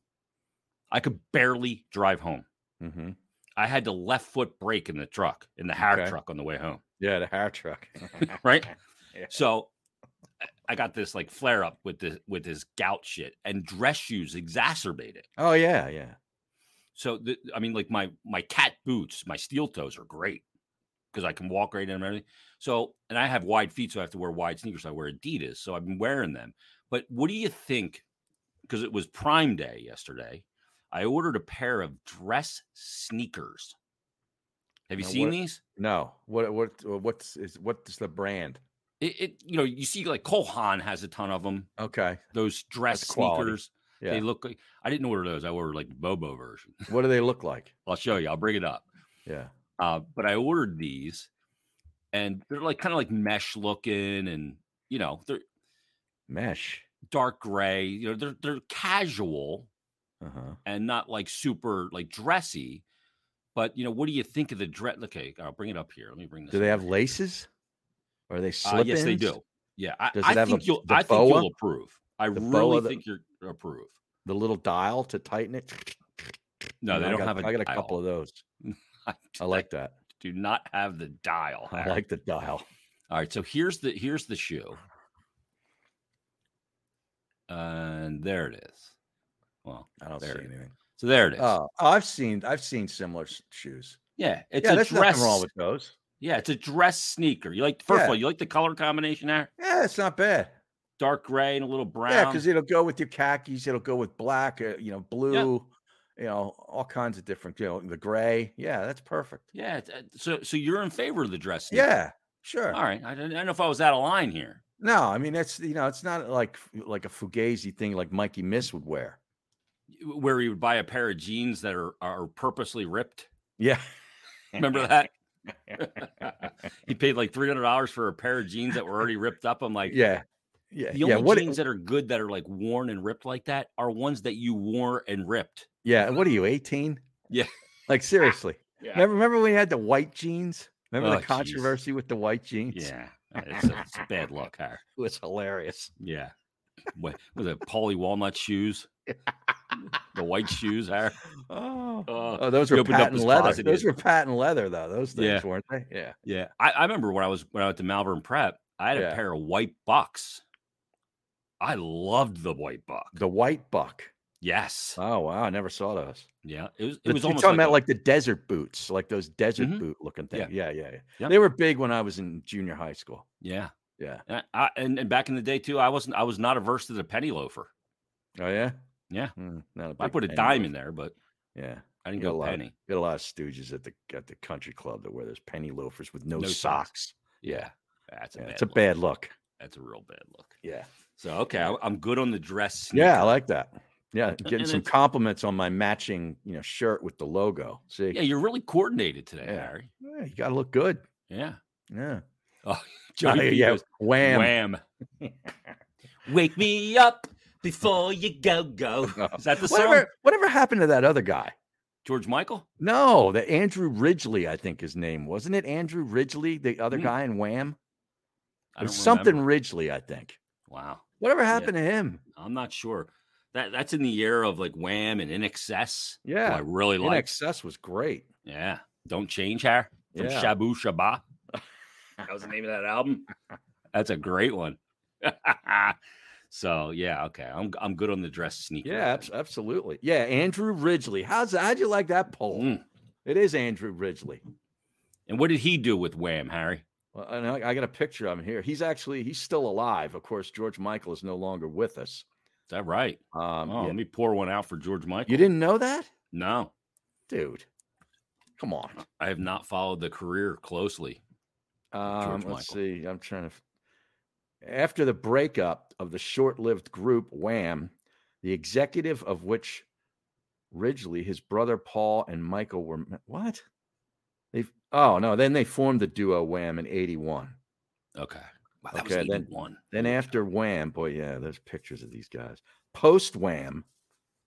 [SPEAKER 1] I could barely drive home.
[SPEAKER 2] Mm-hmm.
[SPEAKER 1] I had the left foot brake in the truck, in the hard
[SPEAKER 2] Okay.
[SPEAKER 1] truck on the way home.
[SPEAKER 2] Yeah, the hair truck.
[SPEAKER 1] Right?
[SPEAKER 2] Yeah.
[SPEAKER 1] So I- I got this like flare up with this with this gout shit and dress shoes exacerbate it.
[SPEAKER 2] Oh yeah, yeah.
[SPEAKER 1] So the, I mean, like my my cat boots, my steel toes are great because I can walk right in them and everything. So and I have wide feet, so I have to wear wide sneakers. I wear Adidas, so I've been wearing them. But what do you think? Because it was Prime Day yesterday, I ordered a pair of dress sneakers. Have you
[SPEAKER 2] Now
[SPEAKER 1] seen
[SPEAKER 2] what-
[SPEAKER 1] these?
[SPEAKER 2] No. What what what's is what's the brand?
[SPEAKER 1] It, it you know you see like Cole Haan has a ton of them.
[SPEAKER 2] Okay.
[SPEAKER 1] Those dress
[SPEAKER 2] That's quality.
[SPEAKER 1] sneakers.
[SPEAKER 2] Yeah.
[SPEAKER 1] They look like I didn't order those. I ordered like the Bobo version.
[SPEAKER 2] what do they look like?
[SPEAKER 1] I'll show you. I'll bring it up.
[SPEAKER 2] Yeah.
[SPEAKER 1] uh, but I ordered these, and they're like kind of like mesh looking, and you know they're
[SPEAKER 2] Mesh.
[SPEAKER 1] dark gray. You know they're they're casual
[SPEAKER 2] Uh-huh.
[SPEAKER 1] and not like super like dressy. But you know what do you think of the dress? Okay, I'll bring it up here. Let me bring this.
[SPEAKER 2] Do they
[SPEAKER 1] up
[SPEAKER 2] have
[SPEAKER 1] here.
[SPEAKER 2] laces? Or are they
[SPEAKER 1] Uh,
[SPEAKER 2] slip
[SPEAKER 1] yes, they do. Yeah, I,
[SPEAKER 2] Does it
[SPEAKER 1] I
[SPEAKER 2] have a-
[SPEAKER 1] think you'll.
[SPEAKER 2] the
[SPEAKER 1] I think
[SPEAKER 2] boa?
[SPEAKER 1] you'll approve. I
[SPEAKER 2] The
[SPEAKER 1] really
[SPEAKER 2] boa that-
[SPEAKER 1] think you're approve.
[SPEAKER 2] The little dial to tighten it.
[SPEAKER 1] No, they
[SPEAKER 2] I
[SPEAKER 1] don't
[SPEAKER 2] got,
[SPEAKER 1] have a.
[SPEAKER 2] I got a couple of those.
[SPEAKER 1] I,
[SPEAKER 2] I like that.
[SPEAKER 1] do not have the dial.
[SPEAKER 2] I
[SPEAKER 1] Harry.
[SPEAKER 2] like the dial.
[SPEAKER 1] All right, so here's the here's the
[SPEAKER 2] Uh-huh.
[SPEAKER 1] shoe. And there it is. Well,
[SPEAKER 2] I don't
[SPEAKER 1] There
[SPEAKER 2] see
[SPEAKER 1] it is.
[SPEAKER 2] anything.
[SPEAKER 1] so there it is.
[SPEAKER 2] Oh, I've seen I've seen similar s- shoes.
[SPEAKER 1] yeah, it's
[SPEAKER 2] yeah,
[SPEAKER 1] a
[SPEAKER 2] there's
[SPEAKER 1] dress.
[SPEAKER 2] nothing wrong with those.
[SPEAKER 1] yeah, it's a dress sneaker. You like first
[SPEAKER 2] Yeah.
[SPEAKER 1] of all, you like the color combination there,
[SPEAKER 2] Yeah, it's not bad.
[SPEAKER 1] dark gray and a little brown.
[SPEAKER 2] Yeah, because it'll go with your khakis. It'll go with black. Uh, you know, blue. You know, all kinds of different. You know, the gray. Yeah, that's perfect.
[SPEAKER 1] Yeah, it's- uh, so so you're in favor of the dress? sneaker.
[SPEAKER 2] Yeah, sure.
[SPEAKER 1] All right. I don't, I don't know if I was out of line here.
[SPEAKER 2] No, I mean that's you know, it's not like f- like a fugazi thing like Mikey Miss would wear.
[SPEAKER 1] Where you would buy a pair of jeans that are are purposely ripped.
[SPEAKER 2] Yeah,
[SPEAKER 1] Remember that? he paid like three hundred dollars for a pair of jeans that were already ripped up. I'm like,
[SPEAKER 2] yeah, yeah,
[SPEAKER 1] The
[SPEAKER 2] yeah.
[SPEAKER 1] only
[SPEAKER 2] What?
[SPEAKER 1] jeans that are good that are like worn and ripped like that are ones that you wore and ripped.
[SPEAKER 2] yeah. What are you? Eighteen?
[SPEAKER 1] Yeah.
[SPEAKER 2] Like seriously.
[SPEAKER 3] Yeah.
[SPEAKER 2] Remember, remember when you had the white jeans? Remember
[SPEAKER 1] Oh,
[SPEAKER 2] the
[SPEAKER 1] jeez.
[SPEAKER 2] controversy with the white jeans?
[SPEAKER 1] Yeah, uh, it's, a, it's a bad luck hire.
[SPEAKER 2] it was hilarious.
[SPEAKER 1] Yeah, what was it? Polly walnut shoes, the white shoes hire.
[SPEAKER 2] Oh,
[SPEAKER 1] Uh,
[SPEAKER 2] oh those
[SPEAKER 1] he
[SPEAKER 2] were
[SPEAKER 1] opened up
[SPEAKER 2] patent
[SPEAKER 1] his
[SPEAKER 2] leather.
[SPEAKER 1] closet, he
[SPEAKER 2] Those
[SPEAKER 1] did.
[SPEAKER 2] were patent leather though. Those things
[SPEAKER 1] Yeah.
[SPEAKER 2] weren't they? Yeah.
[SPEAKER 1] yeah, I, I remember when I was when I was at the Malvern Prep, I had
[SPEAKER 2] Yeah.
[SPEAKER 1] a pair of white bucks. I loved the white buck.
[SPEAKER 2] The white buck.
[SPEAKER 1] Yes,
[SPEAKER 2] Oh wow, I never saw those.
[SPEAKER 1] yeah, it was. It
[SPEAKER 2] The-
[SPEAKER 1] was
[SPEAKER 2] you're
[SPEAKER 1] almost
[SPEAKER 2] talking
[SPEAKER 1] like,
[SPEAKER 2] about
[SPEAKER 1] a-
[SPEAKER 2] like the desert boots, like those desert
[SPEAKER 1] Mhm.
[SPEAKER 2] boot looking
[SPEAKER 1] Yeah.
[SPEAKER 2] things. Yeah, yeah, yeah.
[SPEAKER 1] Yep.
[SPEAKER 2] They were big when I was in junior high school.
[SPEAKER 1] yeah,
[SPEAKER 2] Yeah.
[SPEAKER 1] and, I, and and back in the day too, I wasn't I was not averse to the penny loafer.
[SPEAKER 2] Oh yeah.
[SPEAKER 1] Yeah.
[SPEAKER 2] Mm, not a
[SPEAKER 1] I
[SPEAKER 2] big
[SPEAKER 1] put a
[SPEAKER 2] fan of
[SPEAKER 1] dime
[SPEAKER 2] those.
[SPEAKER 1] in there, but
[SPEAKER 2] Yeah.
[SPEAKER 1] I didn't
[SPEAKER 2] Yeah, a
[SPEAKER 1] go
[SPEAKER 2] lot.
[SPEAKER 1] penny.
[SPEAKER 2] Got a lot of stooges at the at the country club that wear those penny loafers with no,
[SPEAKER 1] No socks.
[SPEAKER 2] socks. Yeah.
[SPEAKER 1] That's a
[SPEAKER 2] yeah,
[SPEAKER 1] bad
[SPEAKER 2] it's a
[SPEAKER 1] look.
[SPEAKER 2] bad look.
[SPEAKER 1] That's a real bad look.
[SPEAKER 2] Yeah.
[SPEAKER 1] So okay, I- I'm good on the dress.
[SPEAKER 2] Yeah, I
[SPEAKER 1] sneaker.
[SPEAKER 2] like that. Yeah, getting
[SPEAKER 1] and
[SPEAKER 2] some
[SPEAKER 1] it's-
[SPEAKER 2] compliments on my matching, you know, shirt with the logo. See,
[SPEAKER 1] yeah, you're really coordinated today,
[SPEAKER 2] Yeah.
[SPEAKER 1] Harry.
[SPEAKER 2] Yeah, you got to look good.
[SPEAKER 1] Yeah,
[SPEAKER 2] Yeah.
[SPEAKER 1] Oh, Joey
[SPEAKER 2] yeah,
[SPEAKER 1] B
[SPEAKER 2] yeah,
[SPEAKER 1] goes,
[SPEAKER 2] Wham.
[SPEAKER 1] wham. Wake me up before you go go.
[SPEAKER 2] Oh.
[SPEAKER 1] Is that the song?
[SPEAKER 2] Whatever, whatever happened to that other guy?
[SPEAKER 1] George Michael.
[SPEAKER 2] No, the Andrew Ridgely, I think his name wasn't it. Andrew Ridgely, the other
[SPEAKER 1] Hmm.
[SPEAKER 2] guy in Wham.
[SPEAKER 1] I
[SPEAKER 2] It was
[SPEAKER 1] don't
[SPEAKER 2] something
[SPEAKER 1] remember.
[SPEAKER 2] Ridgely, I think.
[SPEAKER 1] Wow,
[SPEAKER 2] Whatever happened to him?
[SPEAKER 1] I'm not sure. That that's in the era of like Wham and In Excess. who I
[SPEAKER 2] Yeah,
[SPEAKER 1] really
[SPEAKER 2] In
[SPEAKER 1] like.
[SPEAKER 2] Excess was great.
[SPEAKER 1] Yeah, don't change hair from
[SPEAKER 2] Yeah.
[SPEAKER 1] Shabu Shaba. That was the name of that album. That's a great one. so yeah, okay, I'm I'm good on the dress sneaker.
[SPEAKER 2] Yeah, abs- absolutely. Yeah, Andrew Ridgely. How's how'd you like that poll?
[SPEAKER 1] Mm.
[SPEAKER 2] It is Andrew Ridgely.
[SPEAKER 1] And what did he do with Wham, Harry?
[SPEAKER 2] Well, and I, I got a picture of him here. He's actually he's still alive. Of course, George Michael is no longer with us.
[SPEAKER 1] Is that right?
[SPEAKER 2] Um,
[SPEAKER 1] Oh,
[SPEAKER 2] yeah.
[SPEAKER 1] let me pour one out for George Michael.
[SPEAKER 2] you didn't know that,
[SPEAKER 1] No,
[SPEAKER 2] dude? Come on.
[SPEAKER 1] I have not followed the career closely.
[SPEAKER 2] Um, let's
[SPEAKER 1] Michael.
[SPEAKER 2] see. I'm trying to. f- After the breakup of the short-lived group Wham, the executive of which Ridgely, his brother Paul, and Michael were me- what? They oh no. Then they formed the duo Wham in '81.
[SPEAKER 1] Okay. Wow, that
[SPEAKER 2] Okay,
[SPEAKER 1] was
[SPEAKER 2] then-
[SPEAKER 1] one.
[SPEAKER 2] Then after Wham, boy, yeah, there's pictures of these guys. Post Wham,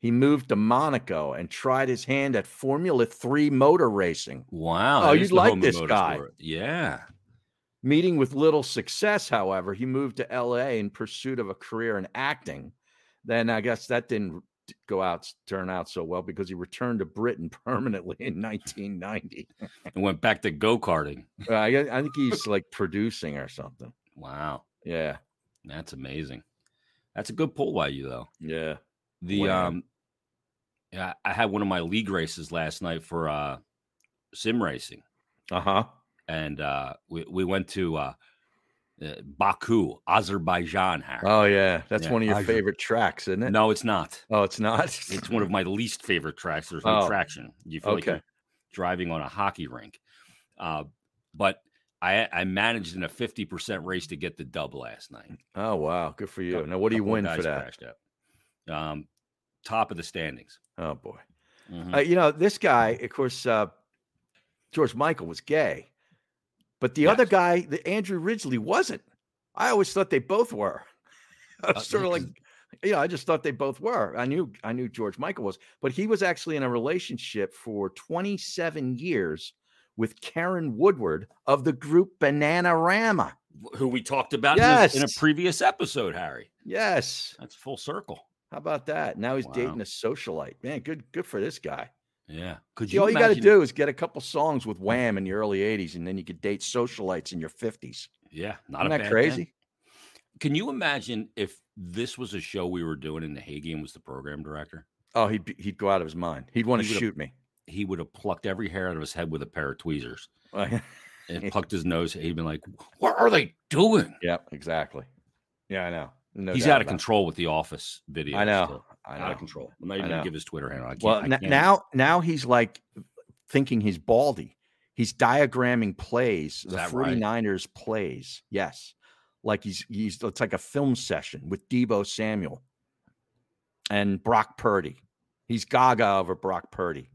[SPEAKER 2] he moved to Monaco and tried his hand at Formula Three motor racing.
[SPEAKER 1] Wow.
[SPEAKER 2] Oh,
[SPEAKER 1] that
[SPEAKER 2] you'd
[SPEAKER 1] is the
[SPEAKER 2] like
[SPEAKER 1] home of
[SPEAKER 2] this
[SPEAKER 1] motorsport.
[SPEAKER 2] guy.
[SPEAKER 1] Yeah.
[SPEAKER 2] Meeting with little success, however, he moved to LA in pursuit of a career in acting. Then I guess that didn't d- go out turn out so well because he returned to Britain permanently in 1990.
[SPEAKER 1] And went back to go karting.
[SPEAKER 2] Uh, I, gue- I think he's like producing or something.
[SPEAKER 1] Wow.
[SPEAKER 2] Yeah,
[SPEAKER 1] That's amazing. That's a good pull by you, though.
[SPEAKER 2] yeah.
[SPEAKER 1] The
[SPEAKER 2] Wow.
[SPEAKER 1] um, yeah, I had one of my league races last night for uh, sim racing,
[SPEAKER 2] Uh huh.
[SPEAKER 1] and uh, we we went to uh, uh Baku, Azerbaijan. Harry.
[SPEAKER 2] Oh yeah, that's
[SPEAKER 1] Yeah,
[SPEAKER 2] one of your
[SPEAKER 1] I-
[SPEAKER 2] favorite tracks, isn't it?
[SPEAKER 1] no, it's not.
[SPEAKER 2] Oh, it's not.
[SPEAKER 1] It's one of my least favorite tracks. There's no
[SPEAKER 2] Oh.
[SPEAKER 1] traction. You feel like
[SPEAKER 2] Okay.
[SPEAKER 1] you're driving on a hockey rink. Uh, but I I managed in a fifty percent race to get the dub last night.
[SPEAKER 2] Oh wow, good for you.
[SPEAKER 1] Couple-
[SPEAKER 2] Now, what do you
[SPEAKER 1] couple of
[SPEAKER 2] win for
[SPEAKER 1] guys
[SPEAKER 2] that?
[SPEAKER 1] crashed out. Um, top of the standings.
[SPEAKER 2] Oh boy.
[SPEAKER 1] Mhm.
[SPEAKER 2] Uh, you know, this guy, of course, uh, George Michael was gay, but the other
[SPEAKER 1] Yes.
[SPEAKER 2] guy, the Andrew Ridgely, wasn't. I always thought they both were. I was
[SPEAKER 1] Uh,
[SPEAKER 2] sort of
[SPEAKER 1] yeah,
[SPEAKER 2] like,
[SPEAKER 1] 'cause-
[SPEAKER 2] you know, I just thought they both were. I knew, I knew George Michael was, but he was actually in a relationship for 27 years with Karen Woodward of the group Bananarama.
[SPEAKER 1] who we talked about in a- in, a,
[SPEAKER 2] Yes.
[SPEAKER 1] previous episode, Harry.
[SPEAKER 2] Yes,
[SPEAKER 1] That's full circle.
[SPEAKER 2] how about that? Now he's
[SPEAKER 1] Wow.
[SPEAKER 2] dating a socialite. Man, good, good for this guy.
[SPEAKER 1] Yeah. Could
[SPEAKER 2] See, all you got to
[SPEAKER 1] imagine-
[SPEAKER 2] do is get a couple songs with Wham in your early 80s, and then you could date socialites in your 50s.
[SPEAKER 1] Yeah. Not
[SPEAKER 2] Isn't
[SPEAKER 1] a
[SPEAKER 2] that
[SPEAKER 1] bad
[SPEAKER 2] crazy?
[SPEAKER 1] thing. Can you imagine if this was a show we were doing and the Hagian was the program director?
[SPEAKER 2] Oh, he'd be, he'd go out of his mind. He'd want to
[SPEAKER 1] He would've-
[SPEAKER 2] shoot me.
[SPEAKER 1] He would have plucked every hair out of his head with a pair of tweezers
[SPEAKER 2] Like,
[SPEAKER 1] and plucked his nose. He'd been like, "What are they doing?"
[SPEAKER 2] yep, exactly. Yeah, I know. No
[SPEAKER 1] He's
[SPEAKER 2] doubt
[SPEAKER 1] out of
[SPEAKER 2] about it.
[SPEAKER 1] control with the office video.
[SPEAKER 2] I know.
[SPEAKER 1] still.
[SPEAKER 2] I
[SPEAKER 1] Out
[SPEAKER 2] know.
[SPEAKER 1] of control. I'm not
[SPEAKER 2] I
[SPEAKER 1] even gonna
[SPEAKER 2] know.
[SPEAKER 1] give his Twitter handle. I can't,
[SPEAKER 2] Well,
[SPEAKER 1] I
[SPEAKER 2] n-
[SPEAKER 1] can't.
[SPEAKER 2] now now he's like thinking he's baldy. He's diagramming plays,
[SPEAKER 1] Is
[SPEAKER 2] the
[SPEAKER 1] that right?
[SPEAKER 2] 49ers plays. Yes. Like he's he's it's like a film session with Debo Samuel and Brock Purdy. He's gaga over Brock Purdy.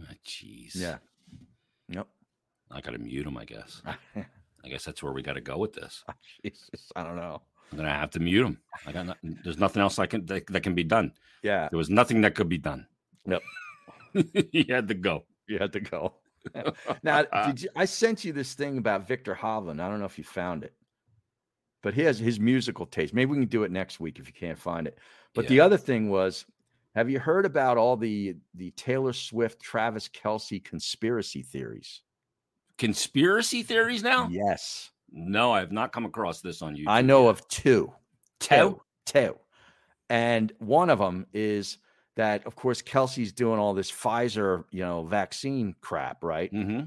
[SPEAKER 1] Ah, jeez.
[SPEAKER 2] Yep.
[SPEAKER 1] I gotta mute him. I guess. I guess that's where we got to go with this.
[SPEAKER 2] Jesus, I don't know.
[SPEAKER 1] I'm gonna have to mute him. I got nothing. There's nothing else I can that, that can be done.
[SPEAKER 2] Yeah.
[SPEAKER 1] There was nothing that could be done.
[SPEAKER 2] Yep.
[SPEAKER 1] he had to go. Uh,
[SPEAKER 2] You had to go. now, did you, I sent you this thing about Victor Hovland. I don't know if you found it, but he has his musical taste. Maybe we can do it next week if you can't find it. But the
[SPEAKER 1] Yeah.
[SPEAKER 2] other thing was, have you heard about all the the Taylor Swift, Travis Kelsey conspiracy theories?
[SPEAKER 1] Conspiracy theories now?
[SPEAKER 2] Yes,
[SPEAKER 1] No, I have not come across this on YouTube.
[SPEAKER 2] I know of two.
[SPEAKER 1] Two?
[SPEAKER 2] two, and one of them is that, of course, Kelsey's doing all this Pfizer, you know, vaccine crap, right?
[SPEAKER 1] Mm-hmm.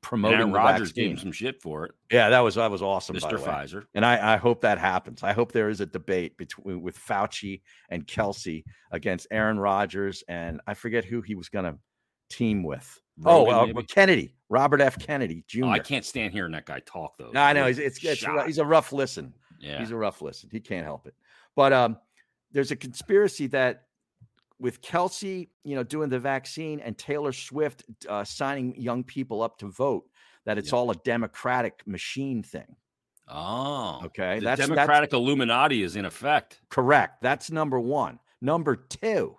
[SPEAKER 2] Promoting
[SPEAKER 1] Aaron
[SPEAKER 2] the
[SPEAKER 1] Rodgers
[SPEAKER 2] vaccine.
[SPEAKER 1] gave him some shit for it,
[SPEAKER 2] Yeah, that was that was awesome, by
[SPEAKER 1] Mr.
[SPEAKER 2] the way.
[SPEAKER 1] Pfizer.
[SPEAKER 2] And I, I hope that happens. I hope there is a debate between with Fauci and Kelsey against Aaron Rodgers and I forget who he was going to team with.
[SPEAKER 1] Rogan,
[SPEAKER 2] oh, uh,
[SPEAKER 1] maybe?
[SPEAKER 2] Kennedy, Robert F. Kennedy Jr.
[SPEAKER 1] Oh, I can't stand hearing that guy talk though.
[SPEAKER 2] no, I know
[SPEAKER 1] Really
[SPEAKER 2] he's it's, it's uh,
[SPEAKER 1] shot.
[SPEAKER 2] he's a rough listen.
[SPEAKER 1] yeah.
[SPEAKER 2] He's a rough listen. He can't help it. But um, there's a conspiracy that with Kelsey, you know, doing the vaccine and Taylor Swift uh, signing young people up to vote, that it's
[SPEAKER 1] Yeah.
[SPEAKER 2] all a democratic machine thing.
[SPEAKER 1] oh,
[SPEAKER 2] Okay,
[SPEAKER 1] The
[SPEAKER 2] that's that's-
[SPEAKER 1] Democratic Illuminati is in effect.
[SPEAKER 2] Correct. That's number one. Number two,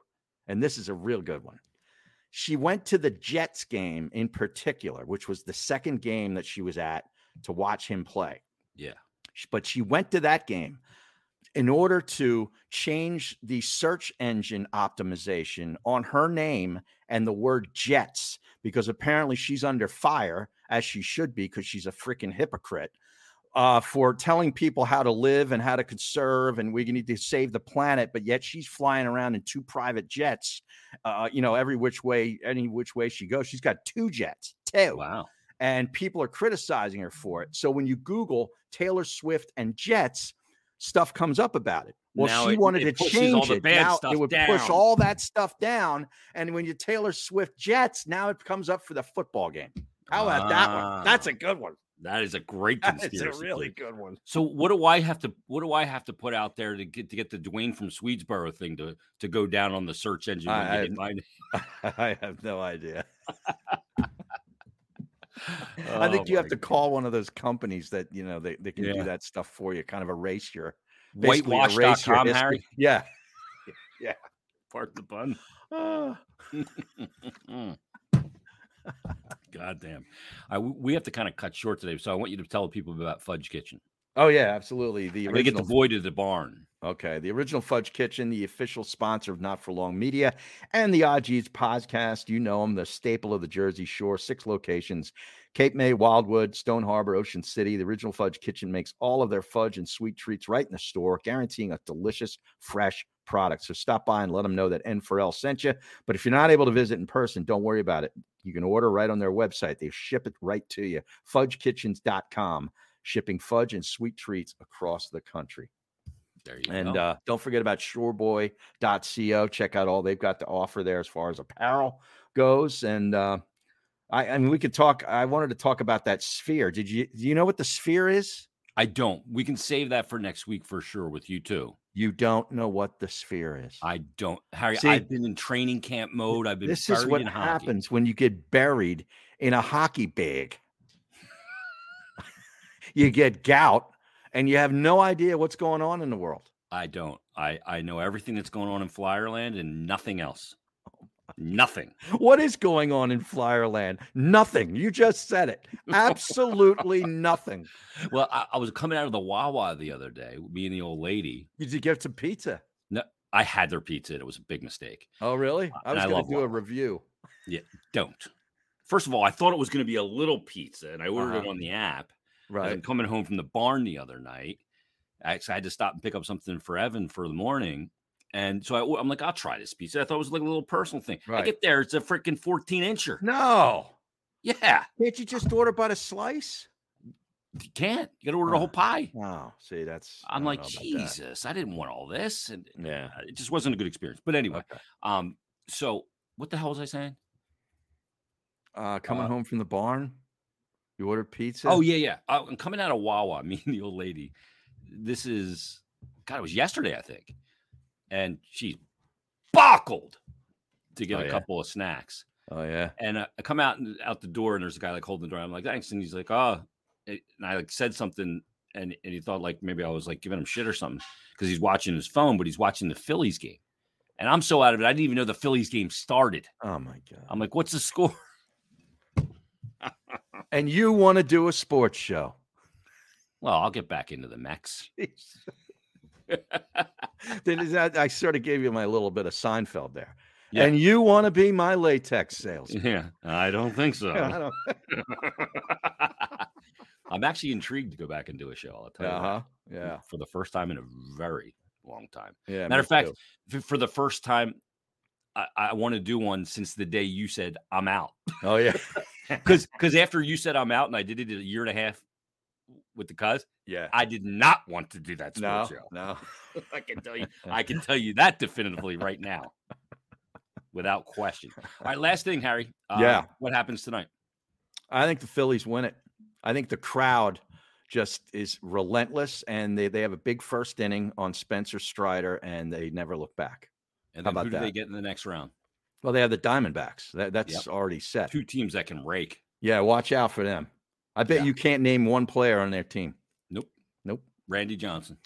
[SPEAKER 2] and this is a real good one. She went to the Jets game in particular, which was the second game that she was at to watch him play.
[SPEAKER 1] Yeah.
[SPEAKER 2] Sh- But she went to that game in order to change the search engine optimization on her name and the word Jets, because apparently she's under fire, as she should be, because she's a freaking hypocrite uh, for telling people how to live and how to conserve, and we need to save the planet. But yet she's flying around in two private jets, uh, you know, every which way, any which way she goes. She's got two jets, two,
[SPEAKER 1] Wow.
[SPEAKER 2] and people are criticizing her for it. So when you Google Taylor Swift and jets, stuff comes up about it. Well,
[SPEAKER 1] Now
[SPEAKER 2] she
[SPEAKER 1] it-
[SPEAKER 2] wanted
[SPEAKER 1] it
[SPEAKER 2] to
[SPEAKER 1] pushes all
[SPEAKER 2] change
[SPEAKER 1] the
[SPEAKER 2] it.
[SPEAKER 1] bad
[SPEAKER 2] Now
[SPEAKER 1] stuff
[SPEAKER 2] it would
[SPEAKER 1] down.
[SPEAKER 2] push all that stuff down. And when you Taylor Swift Jets, now it comes up for the football game. How about that one? That's
[SPEAKER 1] Ah.
[SPEAKER 2] a good one.
[SPEAKER 1] That is a great
[SPEAKER 2] That's
[SPEAKER 1] conspiracy.
[SPEAKER 2] a really
[SPEAKER 1] theory.
[SPEAKER 2] good one.
[SPEAKER 1] So what do I have to what do I have to put out there to get to get the Dwayne from Swedesboro thing to to go down on the search engine? when
[SPEAKER 2] I-
[SPEAKER 1] they get my-
[SPEAKER 2] I have no idea. I think
[SPEAKER 1] Oh
[SPEAKER 2] you have
[SPEAKER 1] my
[SPEAKER 2] to call one of those companies that you know they, they can
[SPEAKER 1] Yeah.
[SPEAKER 2] do that stuff for you, kind of erase your basically erase your
[SPEAKER 1] whitewash.com,
[SPEAKER 2] history.
[SPEAKER 1] Harry.
[SPEAKER 2] Yeah.
[SPEAKER 1] Part the bun.
[SPEAKER 2] Ah.
[SPEAKER 1] Mm. God damn. I, we have to kind of cut short today. So I want you to tell people about Fudge Kitchen.
[SPEAKER 2] Oh yeah, absolutely. The
[SPEAKER 1] We're going to get the
[SPEAKER 2] original
[SPEAKER 1] boy to the barn.
[SPEAKER 2] Okay. The original Fudge Kitchen, the official sponsor of Not For Long Media and the IG's podcast. You know them, the staple of the Jersey Shore, six locations Cape May, Wildwood, Stone Harbor, Ocean City. The original Fudge Kitchen makes all of their fudge and sweet treats right in the store, guaranteeing a delicious, fresh product. So stop by and let them know that N4L sent you. But if you're not able to visit in person, don't worry about it. You can order right on their website, they ship it right to you. FudgeKitchens.com, shipping fudge and sweet treats across the country.
[SPEAKER 1] There you
[SPEAKER 2] And
[SPEAKER 1] go.
[SPEAKER 2] uh, don't forget about shoreboy.co. Check out all they've got to offer there as far as apparel goes. And uh, I, I mean, we could talk. I wanted to talk about that sphere. Did you do you know what the sphere is?
[SPEAKER 1] I don't. We can save that for next week for sure with you too.
[SPEAKER 2] You don't know what the sphere is.
[SPEAKER 1] I don't, Harry.
[SPEAKER 2] See,
[SPEAKER 1] I've been in training camp mode. I've been
[SPEAKER 2] this is
[SPEAKER 1] buried
[SPEAKER 2] what
[SPEAKER 1] in hockey.
[SPEAKER 2] happens when you get buried in a hockey bag. you get gout, and you have no idea what's going on in the world.
[SPEAKER 1] I don't. I I know everything that's going on in Flyerland and nothing else.
[SPEAKER 2] Oh
[SPEAKER 1] Nothing.
[SPEAKER 2] What is going on in Flyerland? Nothing. You just said it. Absolutely nothing.
[SPEAKER 1] Well, I, I was coming out of the Wawa the other day, me and the old lady.
[SPEAKER 2] Did you get some pizza?
[SPEAKER 1] I had their pizza and it was a big mistake.
[SPEAKER 2] Oh, really? I
[SPEAKER 1] and I
[SPEAKER 2] was going
[SPEAKER 1] love
[SPEAKER 2] to do a
[SPEAKER 1] Wawa.
[SPEAKER 2] review.
[SPEAKER 1] Don't. First of all, I thought it was going to be a little pizza and I ordered it
[SPEAKER 2] Uh-huh.
[SPEAKER 1] on the app. As I'm
[SPEAKER 2] Right.
[SPEAKER 1] coming home from the barn the other night. I actually had to stop and pick up something for Evan for the morning. And so I, am like, I'll try this pizza. I thought it was like a little personal thing. I
[SPEAKER 2] Right.
[SPEAKER 1] get there, it's a freaking 14 incher.
[SPEAKER 2] No.
[SPEAKER 1] Yeah,
[SPEAKER 2] Can't you just order but a slice?
[SPEAKER 1] you can't. You got to order the whole pie.
[SPEAKER 2] No. See, that's. I
[SPEAKER 1] I'm
[SPEAKER 2] don't
[SPEAKER 1] like,
[SPEAKER 2] know about that.
[SPEAKER 1] Jesus, I didn't want all this, and
[SPEAKER 2] Yeah.
[SPEAKER 1] uh, it just wasn't a good experience. But anyway,
[SPEAKER 2] Okay.
[SPEAKER 1] um, so what the hell was I saying?
[SPEAKER 2] Uh, coming
[SPEAKER 1] Uh,
[SPEAKER 2] home from the barn, you ordered pizza.
[SPEAKER 1] Oh yeah, yeah. Uh, I'm coming out of Wawa. Me and the old lady. This is God. It was yesterday, I think, and she buckled to get
[SPEAKER 2] Oh,
[SPEAKER 1] a
[SPEAKER 2] yeah.
[SPEAKER 1] couple of snacks.
[SPEAKER 2] Oh yeah.
[SPEAKER 1] And uh, I come out and out the door, and there's a guy like holding the door. I'm like, thanks, and he's like, oh, and I like said something, and and he thought like maybe I was like giving him shit or something because he's watching his phone, but he's watching the Phillies game, and I'm so out of it. I didn't even know the Phillies game started.
[SPEAKER 2] Oh my god.
[SPEAKER 1] I'm like, what's the score?
[SPEAKER 2] and you want to do a sports show?
[SPEAKER 1] Well, I'll get back into the Mex.
[SPEAKER 2] Then is that I sort of gave you my little bit of Seinfeld there.
[SPEAKER 1] Yeah.
[SPEAKER 2] And you want to be my latex salesman?
[SPEAKER 1] Yeah, I don't think so.
[SPEAKER 2] Yeah, I don't-
[SPEAKER 1] I'm actually intrigued to go back and do a show. I'll tell you
[SPEAKER 2] Uh-huh.
[SPEAKER 1] that.
[SPEAKER 2] Yeah.
[SPEAKER 1] for the first time in a very long time.
[SPEAKER 2] Yeah.
[SPEAKER 1] Matter
[SPEAKER 2] me
[SPEAKER 1] of fact,
[SPEAKER 2] too.
[SPEAKER 1] f- for the first time, I, I want to do one since the day you said I'm out.
[SPEAKER 2] Oh yeah.
[SPEAKER 1] Because because after you said I'm out, and I did it a year and a half with the cuz,
[SPEAKER 2] Yeah.
[SPEAKER 1] I did not want to do that
[SPEAKER 2] No.
[SPEAKER 1] sports show.
[SPEAKER 2] No.
[SPEAKER 1] I can tell you, I can tell you that definitively right now, without question. All right, last thing, Harry. Uh,
[SPEAKER 2] Yeah.
[SPEAKER 1] what happens tonight?
[SPEAKER 2] I think the Phillies win it. I think the crowd just is relentless, and they they have a big first inning on Spencer Strider, and they never look back.
[SPEAKER 1] And
[SPEAKER 2] How
[SPEAKER 1] then
[SPEAKER 2] about
[SPEAKER 1] who do they
[SPEAKER 2] that?
[SPEAKER 1] get in the next round?
[SPEAKER 2] Well, they have the Diamondbacks. That, that's already set.
[SPEAKER 1] Two teams that can rake.
[SPEAKER 2] Yeah, watch out for them. I bet
[SPEAKER 1] Yeah.
[SPEAKER 2] you can't name one player on their team.
[SPEAKER 1] Randy Johnson.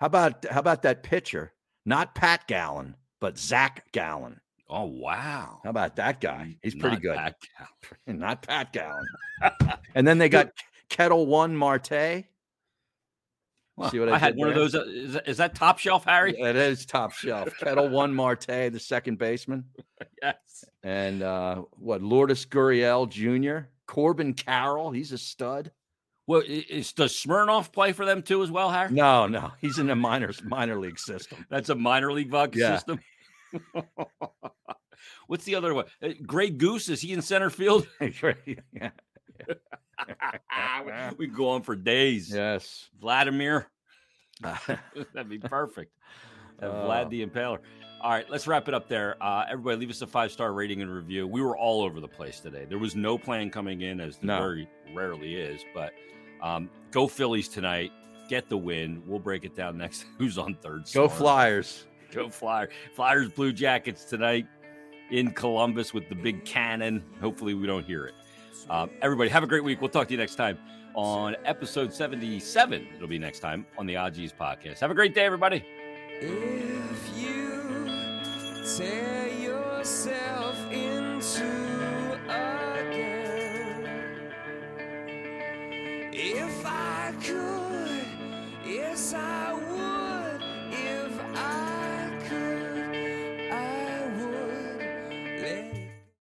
[SPEAKER 2] How about how about that pitcher? Not Pat Gallen, but Zach Gallen.
[SPEAKER 1] Oh wow.
[SPEAKER 2] How about that guy? He's pretty
[SPEAKER 1] Not
[SPEAKER 2] good.
[SPEAKER 1] that guy.
[SPEAKER 2] Not Pat Gallen. and then they got Kettle One Marte.
[SPEAKER 1] Well,
[SPEAKER 2] See what I
[SPEAKER 1] I, had
[SPEAKER 2] did
[SPEAKER 1] one
[SPEAKER 2] there?
[SPEAKER 1] of those. uh, Is, that- is that top shelf, Harry?
[SPEAKER 2] It is top shelf. Kettle One Marte, the second baseman.
[SPEAKER 1] Yes.
[SPEAKER 2] And uh, what Lourdes Gurriel Jr., Corbin Carroll, he's a stud.
[SPEAKER 1] Well, i- is, does Smirnoff play for them too as well, Harry?
[SPEAKER 2] No, no, he's in the minors minor league system.
[SPEAKER 1] That's a minor league vodka
[SPEAKER 2] Yeah.
[SPEAKER 1] system. What's the other one? Uh, Gray Goose is he in center field? Ah,
[SPEAKER 2] Yeah.
[SPEAKER 1] we go on for days.
[SPEAKER 2] yes.
[SPEAKER 1] Vladimir,
[SPEAKER 2] Uh,
[SPEAKER 1] that'd be perfect. Have
[SPEAKER 2] Uh,
[SPEAKER 1] Vlad the Impaler. All right, let's wrap it up there. Uh, everybody, leave us a five star rating and review. We were all over the place today. There was no plan coming in, as there
[SPEAKER 2] No.
[SPEAKER 1] very rarely is. But um, go Phillies tonight. Get the win. We'll break it down next. Who's on third?
[SPEAKER 2] Go
[SPEAKER 1] Sorry.
[SPEAKER 2] Flyers.
[SPEAKER 1] Go Flyer. Flyers Blue Jackets tonight in Columbus with the big cannon. Hopefully, we don't hear it. Uh, everybody, have a great week. We'll talk to you next time on episode 77. It'll be next time on the Odgies podcast. Have a great day, everybody.
[SPEAKER 4] If you tear yourself